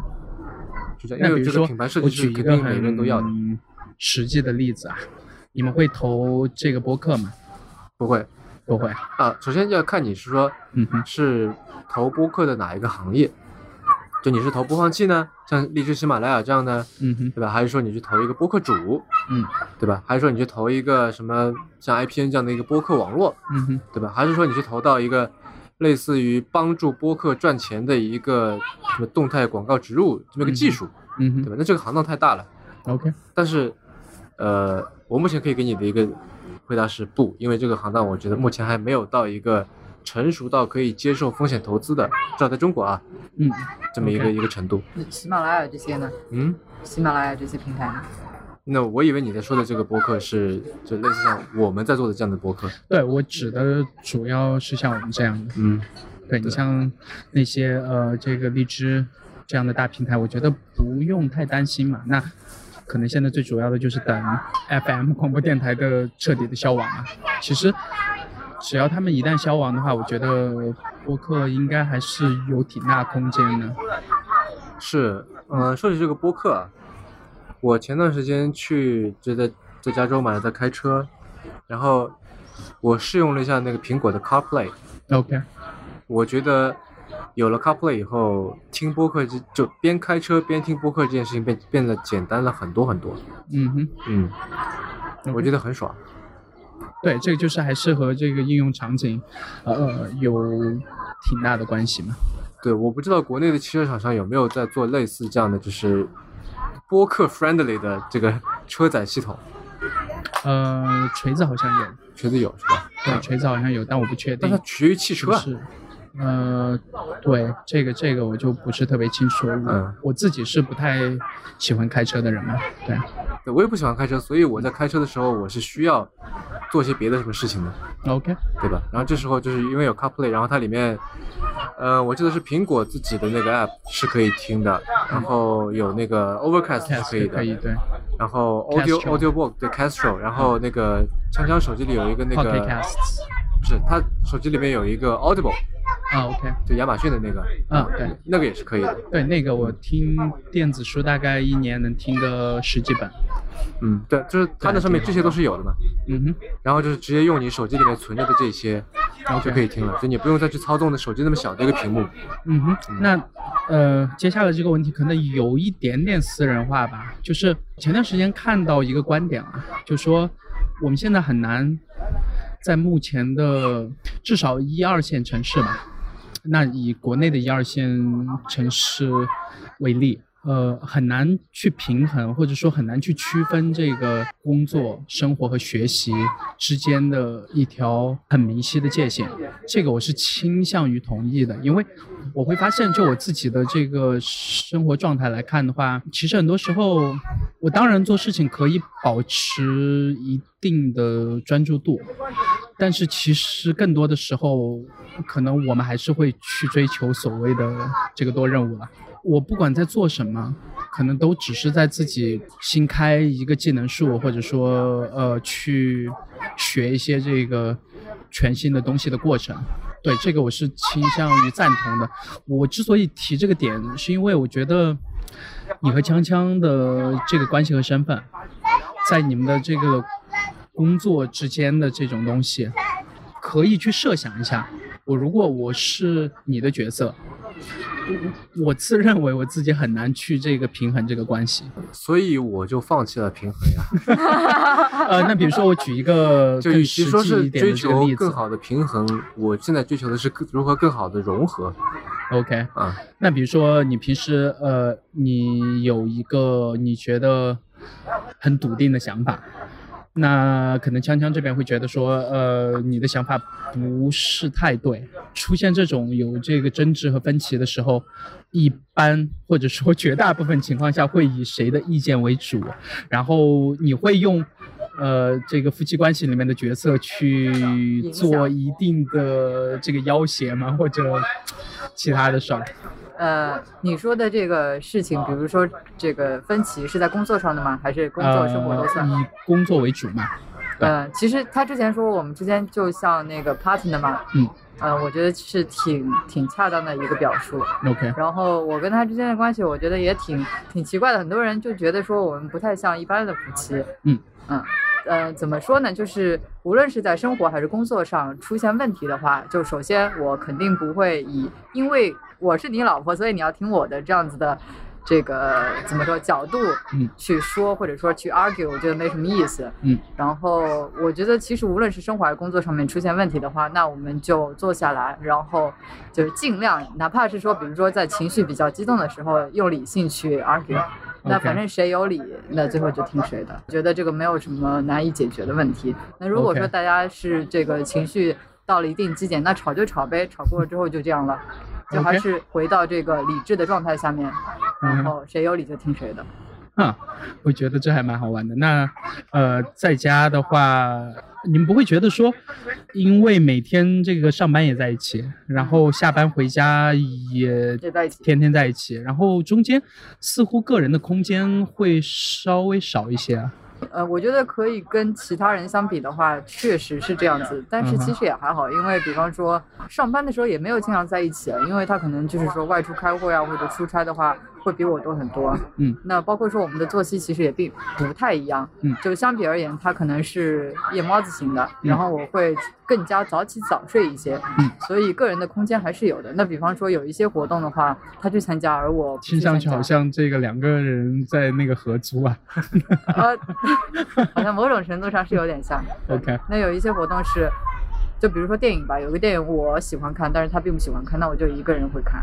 S3: 就这样，
S5: 那
S3: 因为
S5: 比如
S3: 这个
S5: 说
S3: 品牌设，
S5: 我
S3: 计是
S5: 举一
S3: 肯
S5: 个
S3: 定每个人
S5: 很
S3: 都要的，
S5: 实际的例子啊，你们会投这个播客吗？
S3: 不会
S5: 不会啊，
S3: 啊。首先要看你是说
S5: 嗯哼，
S3: 是投播客的哪一个行业，就你是投播放器呢，像荔枝、喜马拉雅这样的，
S5: 嗯哼，
S3: 对吧？还是说你去投一个播客主，
S5: 嗯，
S3: 对吧？还是说你去投一个什么像 IPN 这样的一个播客网络，
S5: 嗯哼，
S3: 对吧？还是说你去投到一个类似于帮助播客赚钱的一个什么动态广告植入这么一个技术，
S5: 嗯
S3: 对
S5: 哼
S3: 吧？那这个行当太大了。
S5: ，OK，
S3: 但是，呃，我目前可以给你的一个回答是不，因为这个行当我觉得目前还没有到一个成熟到可以接受风险投资的，至少在中国啊，
S5: 嗯，
S3: 这么一个
S5: OK
S3: 一个程度。
S4: 喜马拉雅这些呢？
S3: 嗯，
S4: 喜马拉雅这些平台呢？
S3: 那我以为你在说的这个播客是就类似像我们在做的这样的播客。
S5: 对我指的主要是像我们这样的，
S3: 嗯，
S5: 对你
S3: 对
S5: 像那些呃这个荔枝这样的大平台，我觉得不用太担心嘛。那可能现在最主要的就是等 FM 广播电台的彻底的消亡啊。其实只要他们一旦消亡的话，我觉得播客应该还是有挺大空间的。
S3: 是，嗯，说起这个播客啊，我前段时间去就在在加州嘛，在开车，然后我试用了一下那个苹果的 CarPlay。
S5: OK，
S3: 我觉得有了 CarPlay 以后，听播客就就边开车边听播客这件事情变变得简单了很多很多。
S5: 嗯哼，
S3: 嗯，
S5: OK
S3: 我觉得很爽。
S5: 对，这个就是还是和这个应用场景，呃，有挺大的关系嘛。
S3: 对，我不知道国内的汽车厂商有没有在做类似这样的，就是播客 friendly 的这个车载系统，
S5: 呃，锤子好像有，
S3: 觉得有是吧？
S5: 对，锤子好像有，但我不确定
S3: 但它取决于汽
S5: 是
S3: 车
S5: 不
S3: 啊。
S5: 哎是。呃，对，这个这个我就不是特别清楚。我、
S3: 嗯
S5: 我自己是不太喜欢开车的人嘛，对，
S3: 对，我也不喜欢开车，所以我在开车的时候，我是需要做些别的什么事情的。
S5: OK，
S3: 对吧？然后这时候就是因为有 CarPlay，然后它里面，呃，我记得是苹果自己的那个 App 是可以听的，然后有那个 Overcast 是可以
S5: Cast 可以
S3: 的，
S5: 对
S3: 然后 Audio
S5: Castro
S3: Audio Book 对 Castro，然后那个锵锵手机里有一个那个
S5: ，Pocket，Casts
S3: 不是它手机里面有一个 Audible，
S5: 啊，OK，
S3: 就亚马逊的那个，
S5: 啊，对
S3: 那个也是可以的，
S5: 对，那个我听电子书大概一年能听个十几本，
S3: 嗯，对，就是它那上面这些都是有的嘛，
S5: 嗯
S3: 然后就是直接用你手机里面存着的这些。然后就可以听了，就你不用再去操纵的手机那么小的一个屏幕。
S5: 哼，嗯哼，那呃，接下来这个问题可能有一点点私人化吧，就是前段时间看到一个观点啊，就说我们现在很难在目前的至少一二线城市吧，那以国内的一二线城市为例，呃，很难去平衡，或者说很难去区分这个工作、生活和学习之间的一条很明晰的界限。这个我是倾向于同意的，因为我会发现，就我自己的这个生活状态来看的话，其实很多时候，我当然做事情可以保持一定的专注度，但是其实更多的时候，可能我们还是会去追求所谓的这个多任务了。我不管在做什么，可能都只是在自己新开一个技能树，或者说呃去学一些这个全新的东西的过程。对这个我是倾向于赞同的。我之所以提这个点，是因为我觉得你和锵锵的这个关系和身份，在你们的这个工作之间的这种东西，可以去设想一下。我如果我是你的角色，我自认为我自己很难去这个平衡这个关系。
S3: 所以我就放弃了平衡呀，
S5: 呃，那比如说我举一个
S3: 就
S5: 更
S3: 与其
S5: 实
S3: 说
S5: 际一
S3: 是
S5: 点
S3: 追
S5: 的这个
S3: 求
S5: 例
S3: 更
S5: 子。
S3: 好的平衡，我现在追求的是更如何更好的融合
S5: OK，
S3: 啊。
S5: 那比如说你平时呃，你有一个你觉得很笃定的想法，那可能锵锵这边会觉得说，呃，你的想法不是太对。出现这种有这个争执和分歧的时候，一般或者说绝大部分情况下会以谁的意见为主，然后你会用。呃，这个夫妻关系里面的角色去
S4: 影响
S5: 做一定的这个要挟吗？或者其他的事儿？
S4: 呃，你说的这个事
S5: 啊
S4: 情，比如说这个分歧是在工作上的吗？还是工作、生活都算？
S5: 呃、以工作为主嘛。对
S4: 呃，其实他之前说我们之间就像那个 partner 嘛，
S5: 嗯，
S4: 呃，我觉得是挺挺恰当的一个表述。
S5: OK，
S4: 然后我跟他之间的关系，我觉得也挺挺奇怪的。很多人就觉得说我们不太像一般的夫妻。
S5: 嗯
S4: 嗯呃，怎么说呢？就是无论是在生活还是工作上出现问题的话，就首先我肯定不会以因为我是你老婆，所以你要听我的这样子的。这个怎么说角度
S5: 嗯
S4: 去说，或者说去 argue，我觉得没什么意思。
S5: 嗯，
S4: 然后我觉得其实无论是生活还是工作上面出现问题的话，那我们就坐下来，然后就是尽量，哪怕是说，比如说在情绪比较激动的时候，用理性去 argue。那
S5: OK
S4: 反正谁有理，那最后就听谁的。觉得这个没有什么难以解决的问题。那如果
S5: OK
S4: 说大家是这个情绪到了一定基点，那吵就吵呗，吵过了之后就这样了，就还
S5: OK
S4: 是回到这个理智的状态下面，然
S5: 嗯
S4: 后谁有理就听谁的。
S5: 啊，我觉得这还蛮好玩的。那呃，在家的话，你们不会觉得说，因为每天这个上班也在一起，然后下班回家也
S4: 也在一起
S5: 天天在一起，然后中间似乎个人的空间会稍微少一些啊。
S4: 呃，我觉得可以跟其他人相比的话，确实是这样子，但是其
S5: 嗯哼
S4: 实也还好，因为比方说上班的时候也没有经常在一起，啊因为他可能就是说外出开会啊，或者出差的话，会比我多很多。
S5: 嗯，
S4: 那包括说我们的作息其实也并不太一样。
S5: 嗯
S4: 就相比而言，他可能是夜猫子型的，
S5: 嗯
S4: 然后我会更加早起早睡一些。
S5: 嗯，
S4: 所以个人的空间还是有的。那比方说有一些活动的话，他去参加，而我不去
S5: 听上去
S4: 参加
S5: 好像这个两个人在那个合租啊。
S4: 呃， <laughs> 好像某种程度上是有点像。
S5: OK，
S4: 那有一些活动是，就比如说电影吧，有个电影我喜欢看，但是他并不喜欢看，那我就一个人会看。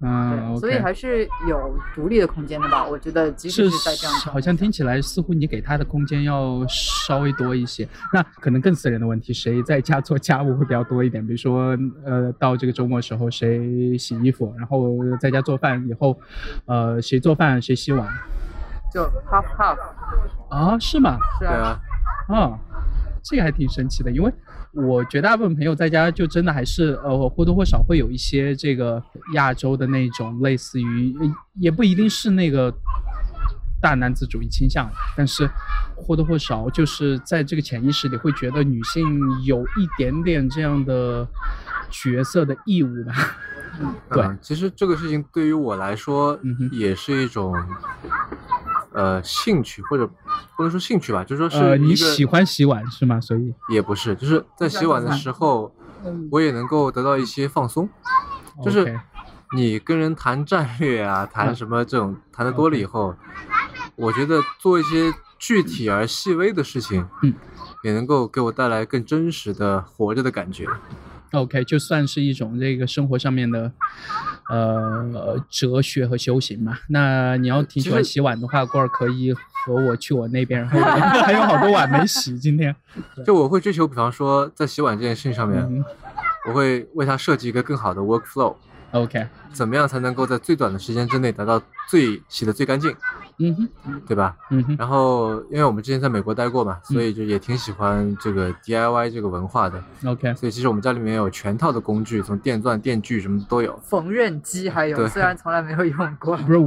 S4: 对，
S5: 嗯，OK，
S4: 所以还是有独立的空间的吧？我觉得即使是在这样的状态下，
S5: 好像听起来似乎你给他的空间要稍微多一些。那可能更私人的问题，谁在家做家务会比较多一点？比如说，呃，到这个周末时候谁洗衣服，然后在家做饭以后，呃，谁做饭谁洗碗
S4: 就 half half
S5: 啊？是吗？
S4: 是
S3: 对
S4: 啊，
S3: 啊，
S5: 啊，这个还挺神奇的，因为我绝大部分朋友在家就真的还是呃或多或少会有一些这个亚洲的那种类似于，呃也不一定是那个大男子主义倾向，但是或多或少就是在这个潜意识里会觉得女性有一点点这样的角色的义务吧。对
S3: 嗯，其实这个事情对于我来说
S5: 嗯哼
S3: 也是一种呃兴趣，或者不能说兴趣吧，就是说是
S5: 呃，你
S3: 一个
S5: 喜欢洗碗是吗？所以
S3: 也不是，就是在洗碗的时候，我也能够得到一些放松。就是
S5: 嗯哦 OK
S3: 你跟人谈战略啊，谈
S5: 嗯
S3: 什么这种谈的多了以后，我觉得做一些具体而细微的事情，
S5: 嗯，
S3: 也能够给我带来更真实的活着的感觉。
S5: OK，就算是一种这个生活上面的呃哲学和修行嘛。那你要挺喜欢
S3: 其实
S5: 洗碗的话，过会儿可以和我去我那 <laughs> 边，然后我还有好多碗没洗今天。
S3: 就我会追求，比方说在洗碗这件事情上面，
S5: 嗯，
S3: 我会为它设计一个更好的 workflow，
S5: OK，
S3: 怎么样才能够在最短的时间之内达到最洗的最干净，
S5: 嗯哼，
S3: 对吧？
S5: 嗯哼，
S3: 然后，因为我们之前在美国待过嘛，所以就也挺喜欢这个 DIY 这个文化的。
S5: OK，
S3: 所以其实我们家里面有全套的工具，从电钻、电锯什么的都有。
S4: 缝纫机还有，
S3: 对
S4: 虽然从来没有用过。
S5: 不是，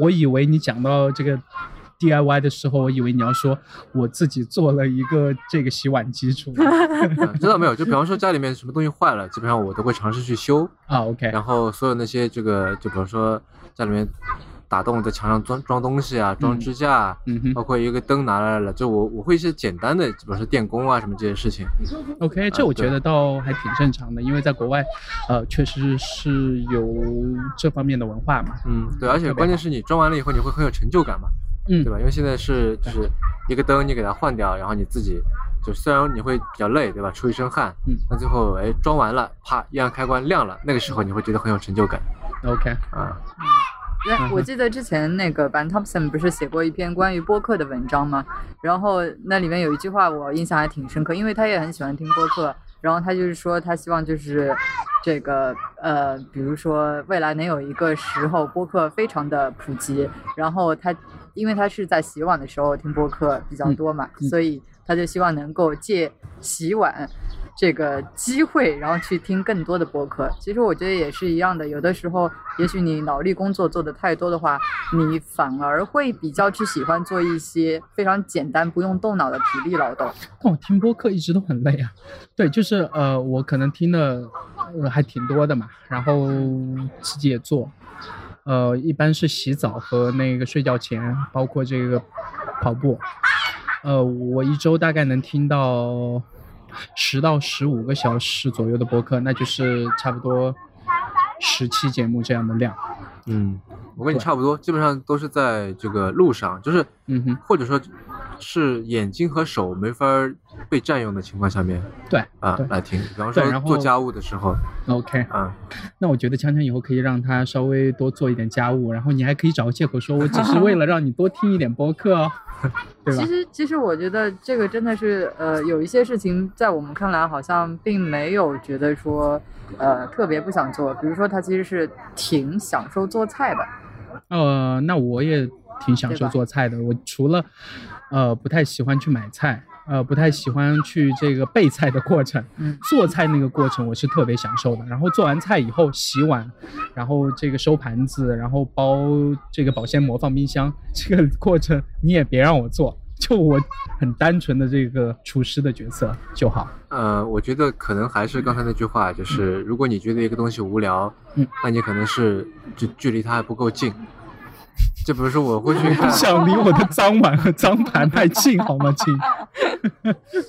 S5: 我以为你讲到这个 DIY 的时候，我以为你要说我自己做了一个这个洗碗机出来
S3: 嗯知道没有？就比方说家里面什么东西坏了，基本上我都会尝试去修。
S5: 啊。OK，
S3: <laughs> 然后所有那些这个，就比方说家里面打洞在墙上装装东西啊，装支架、啊。
S5: 嗯
S3: 包
S5: 哼
S3: 括一个灯拿来了，就我我会一些简单的，比方说电工啊什么这些事情。
S5: ，OK，这我觉得倒还挺正常的，因为在国外，呃，确实是有这方面的文化嘛。
S3: 嗯，对，而且关键是你装完了以后，你会很有成就感嘛。
S5: 嗯
S3: 对吧？因为现在是就是一个灯你给它换掉，然后你自己就虽然你会比较累，对吧？出一身汗，
S5: 嗯
S3: 但最后哎装完了，啪一按开关亮了，那个时候你会觉得很有成就感
S5: ？OK，
S3: 啊。
S4: 对
S5: 嗯哼
S4: 我记得之前那个 Ben Thompson 不是写过一篇关于播客的文章吗？然后那里面有一句话我印象还挺深刻，因为他也很喜欢听播客，然后他就是说他希望就是这个呃，比如说未来能有一个时候播客非常的普及，然后他因为他是在洗碗的时候听播客比较多嘛，
S5: 嗯嗯
S4: 所以他就希望能够借洗碗这个机会，然后去听更多的播客。其实我觉得也是一样的，有的时候也许你脑力工作做的太多的话，你反而会比较去喜欢做一些非常简单不用动脑的体力劳动。
S5: 但我听播客一直都很累啊。对，就是呃，我可能听的、呃、还挺多的嘛，然后自己也做，呃，一般是洗澡和那个睡觉前，包括这个跑步，呃，我一周大概能听到十到十五个小时左右的播客，那就是差不多十期节目这样的量。
S3: 嗯，我跟你
S5: 对
S3: 差不多，基本上都是在这个路上，就是
S5: 嗯哼，
S3: 或者说是眼睛和手没法被占用的情况下面
S5: 对
S3: 啊
S5: 对
S3: 来听，比方
S5: 对
S3: 说
S5: 然后
S3: 做家务的时候
S5: ，OK。
S3: 啊，
S5: 那我觉得锵锵以后可以让他稍微多做一点家务，然后你还可以找个借口说，我只是为了让你多听一点播客哦，对吧
S4: 其？实，其实我觉得这个真的是，呃，有一些事情在我们看来好像并没有觉得说，呃，特别不想做。比如说，他其实是挺享受做菜的，
S5: 呃，那我也挺享
S4: 对
S5: 受
S4: 吧
S5: 做菜的，我除了呃不太喜欢去买菜，呃不太喜欢去这个备菜的过程，
S4: 嗯，
S5: 做菜那个过程我是特别享受的。然后做完菜以后洗碗，然后这个收盘子，然后包这个保鲜膜放冰箱，这个过程你也别让我做，就我很单纯的这个厨师的角色就好。
S3: 呃，我觉得可能还是刚才那句话，就是如果你觉得一个东西无聊，
S5: 嗯，
S3: 那你可能是就距离它还不够近。就比如说我会去看
S5: 想离我的脏碗和脏盘太近，好吗，亲？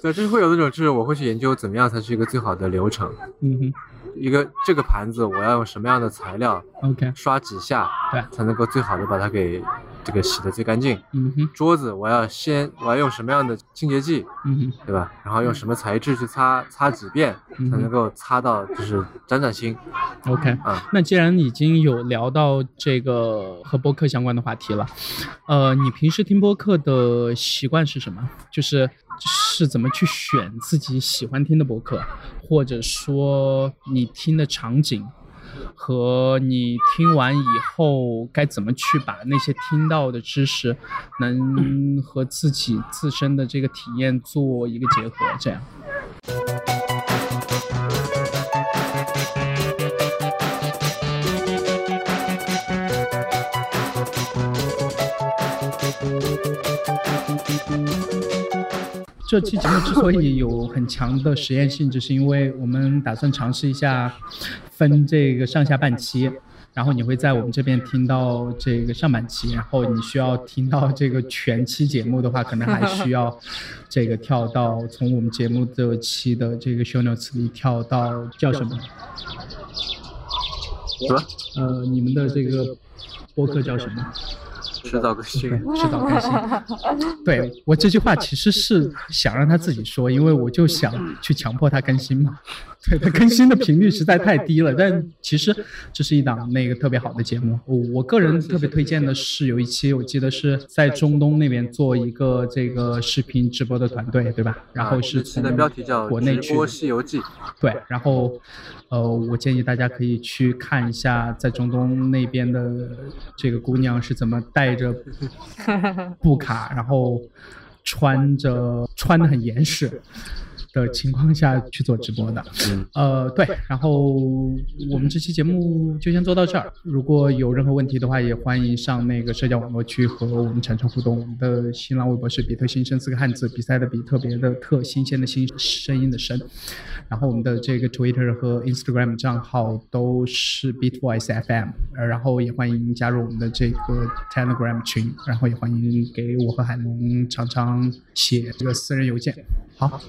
S3: 对，就是会有那种，就是我会去研究怎么样才是一个最好的流程。
S5: 嗯
S3: 一个这个盘子我要用什么样的材料，
S5: 哼，OK，
S3: 刷几下，
S5: 对
S3: 才能够最好的把它给这个洗得最干净。
S5: 嗯哼，
S3: 桌子我要先我要用什么样的清洁剂，
S5: 嗯
S3: 对吧？然后用什么材质去擦，擦几遍才能够擦到就是沾沾新
S5: 哼，OK。
S3: 啊。
S5: 那既然已经有聊到这个和播客相关的话题了，呃，你平时听播客的习惯是什么？就是是怎么去选自己喜欢听的播客，或者说你听的场景？和你听完以后该怎么去把那些听到的知识，能和自己自身的这个体验做一个结合，这样。这期节目之所以有很强的实验性质，是因为我们打算尝试一下分这个上下半期。然后你会在我们这边听到这个上半期，然后你需要听到这个全期节目的话，可能还需要这个跳到从我们节目这期的这个 show notes 里跳到叫什么？
S3: 什么？
S5: 呃，你们的这个播客叫什么？
S3: 迟 <laughs> 早更新。
S5: 迟
S4: <laughs>
S5: 早更新。对我这句话其实是想让他自己说，因为我就想去强迫他更新嘛。对，它更新的频率实在太低了。但其实这是一档那个特别好的节目，我我个人特别推荐的是有一期，我记得是在中东那边做一个这个视频直播的团队，对吧？然后是
S3: 啊现在
S5: 从
S3: 标题叫
S5: 国内
S3: 《直
S5: 去
S3: 播西游记》，
S5: 对，然后，呃，我建议大家可以去看一下，在中东那边的这个姑娘是怎么带 <laughs> 着布卡，然后穿着穿的很严实的情况下去做直播的。呃，对，然后我们这期节目就先做到这儿。如果有任何问题的话，也欢迎上那个社交网络去和我们产生互动。我们的新浪微博是比特新生四个汉字，比赛的比，特别的特，新鲜的新，声音的声。然后我们的这个 Twitter 和 Instagram 账号都是 Bitvoice FM，呃然后也欢迎加入我们的这个 Telegram 群，然后也欢迎给我和海龙常常写这个私人邮件。好，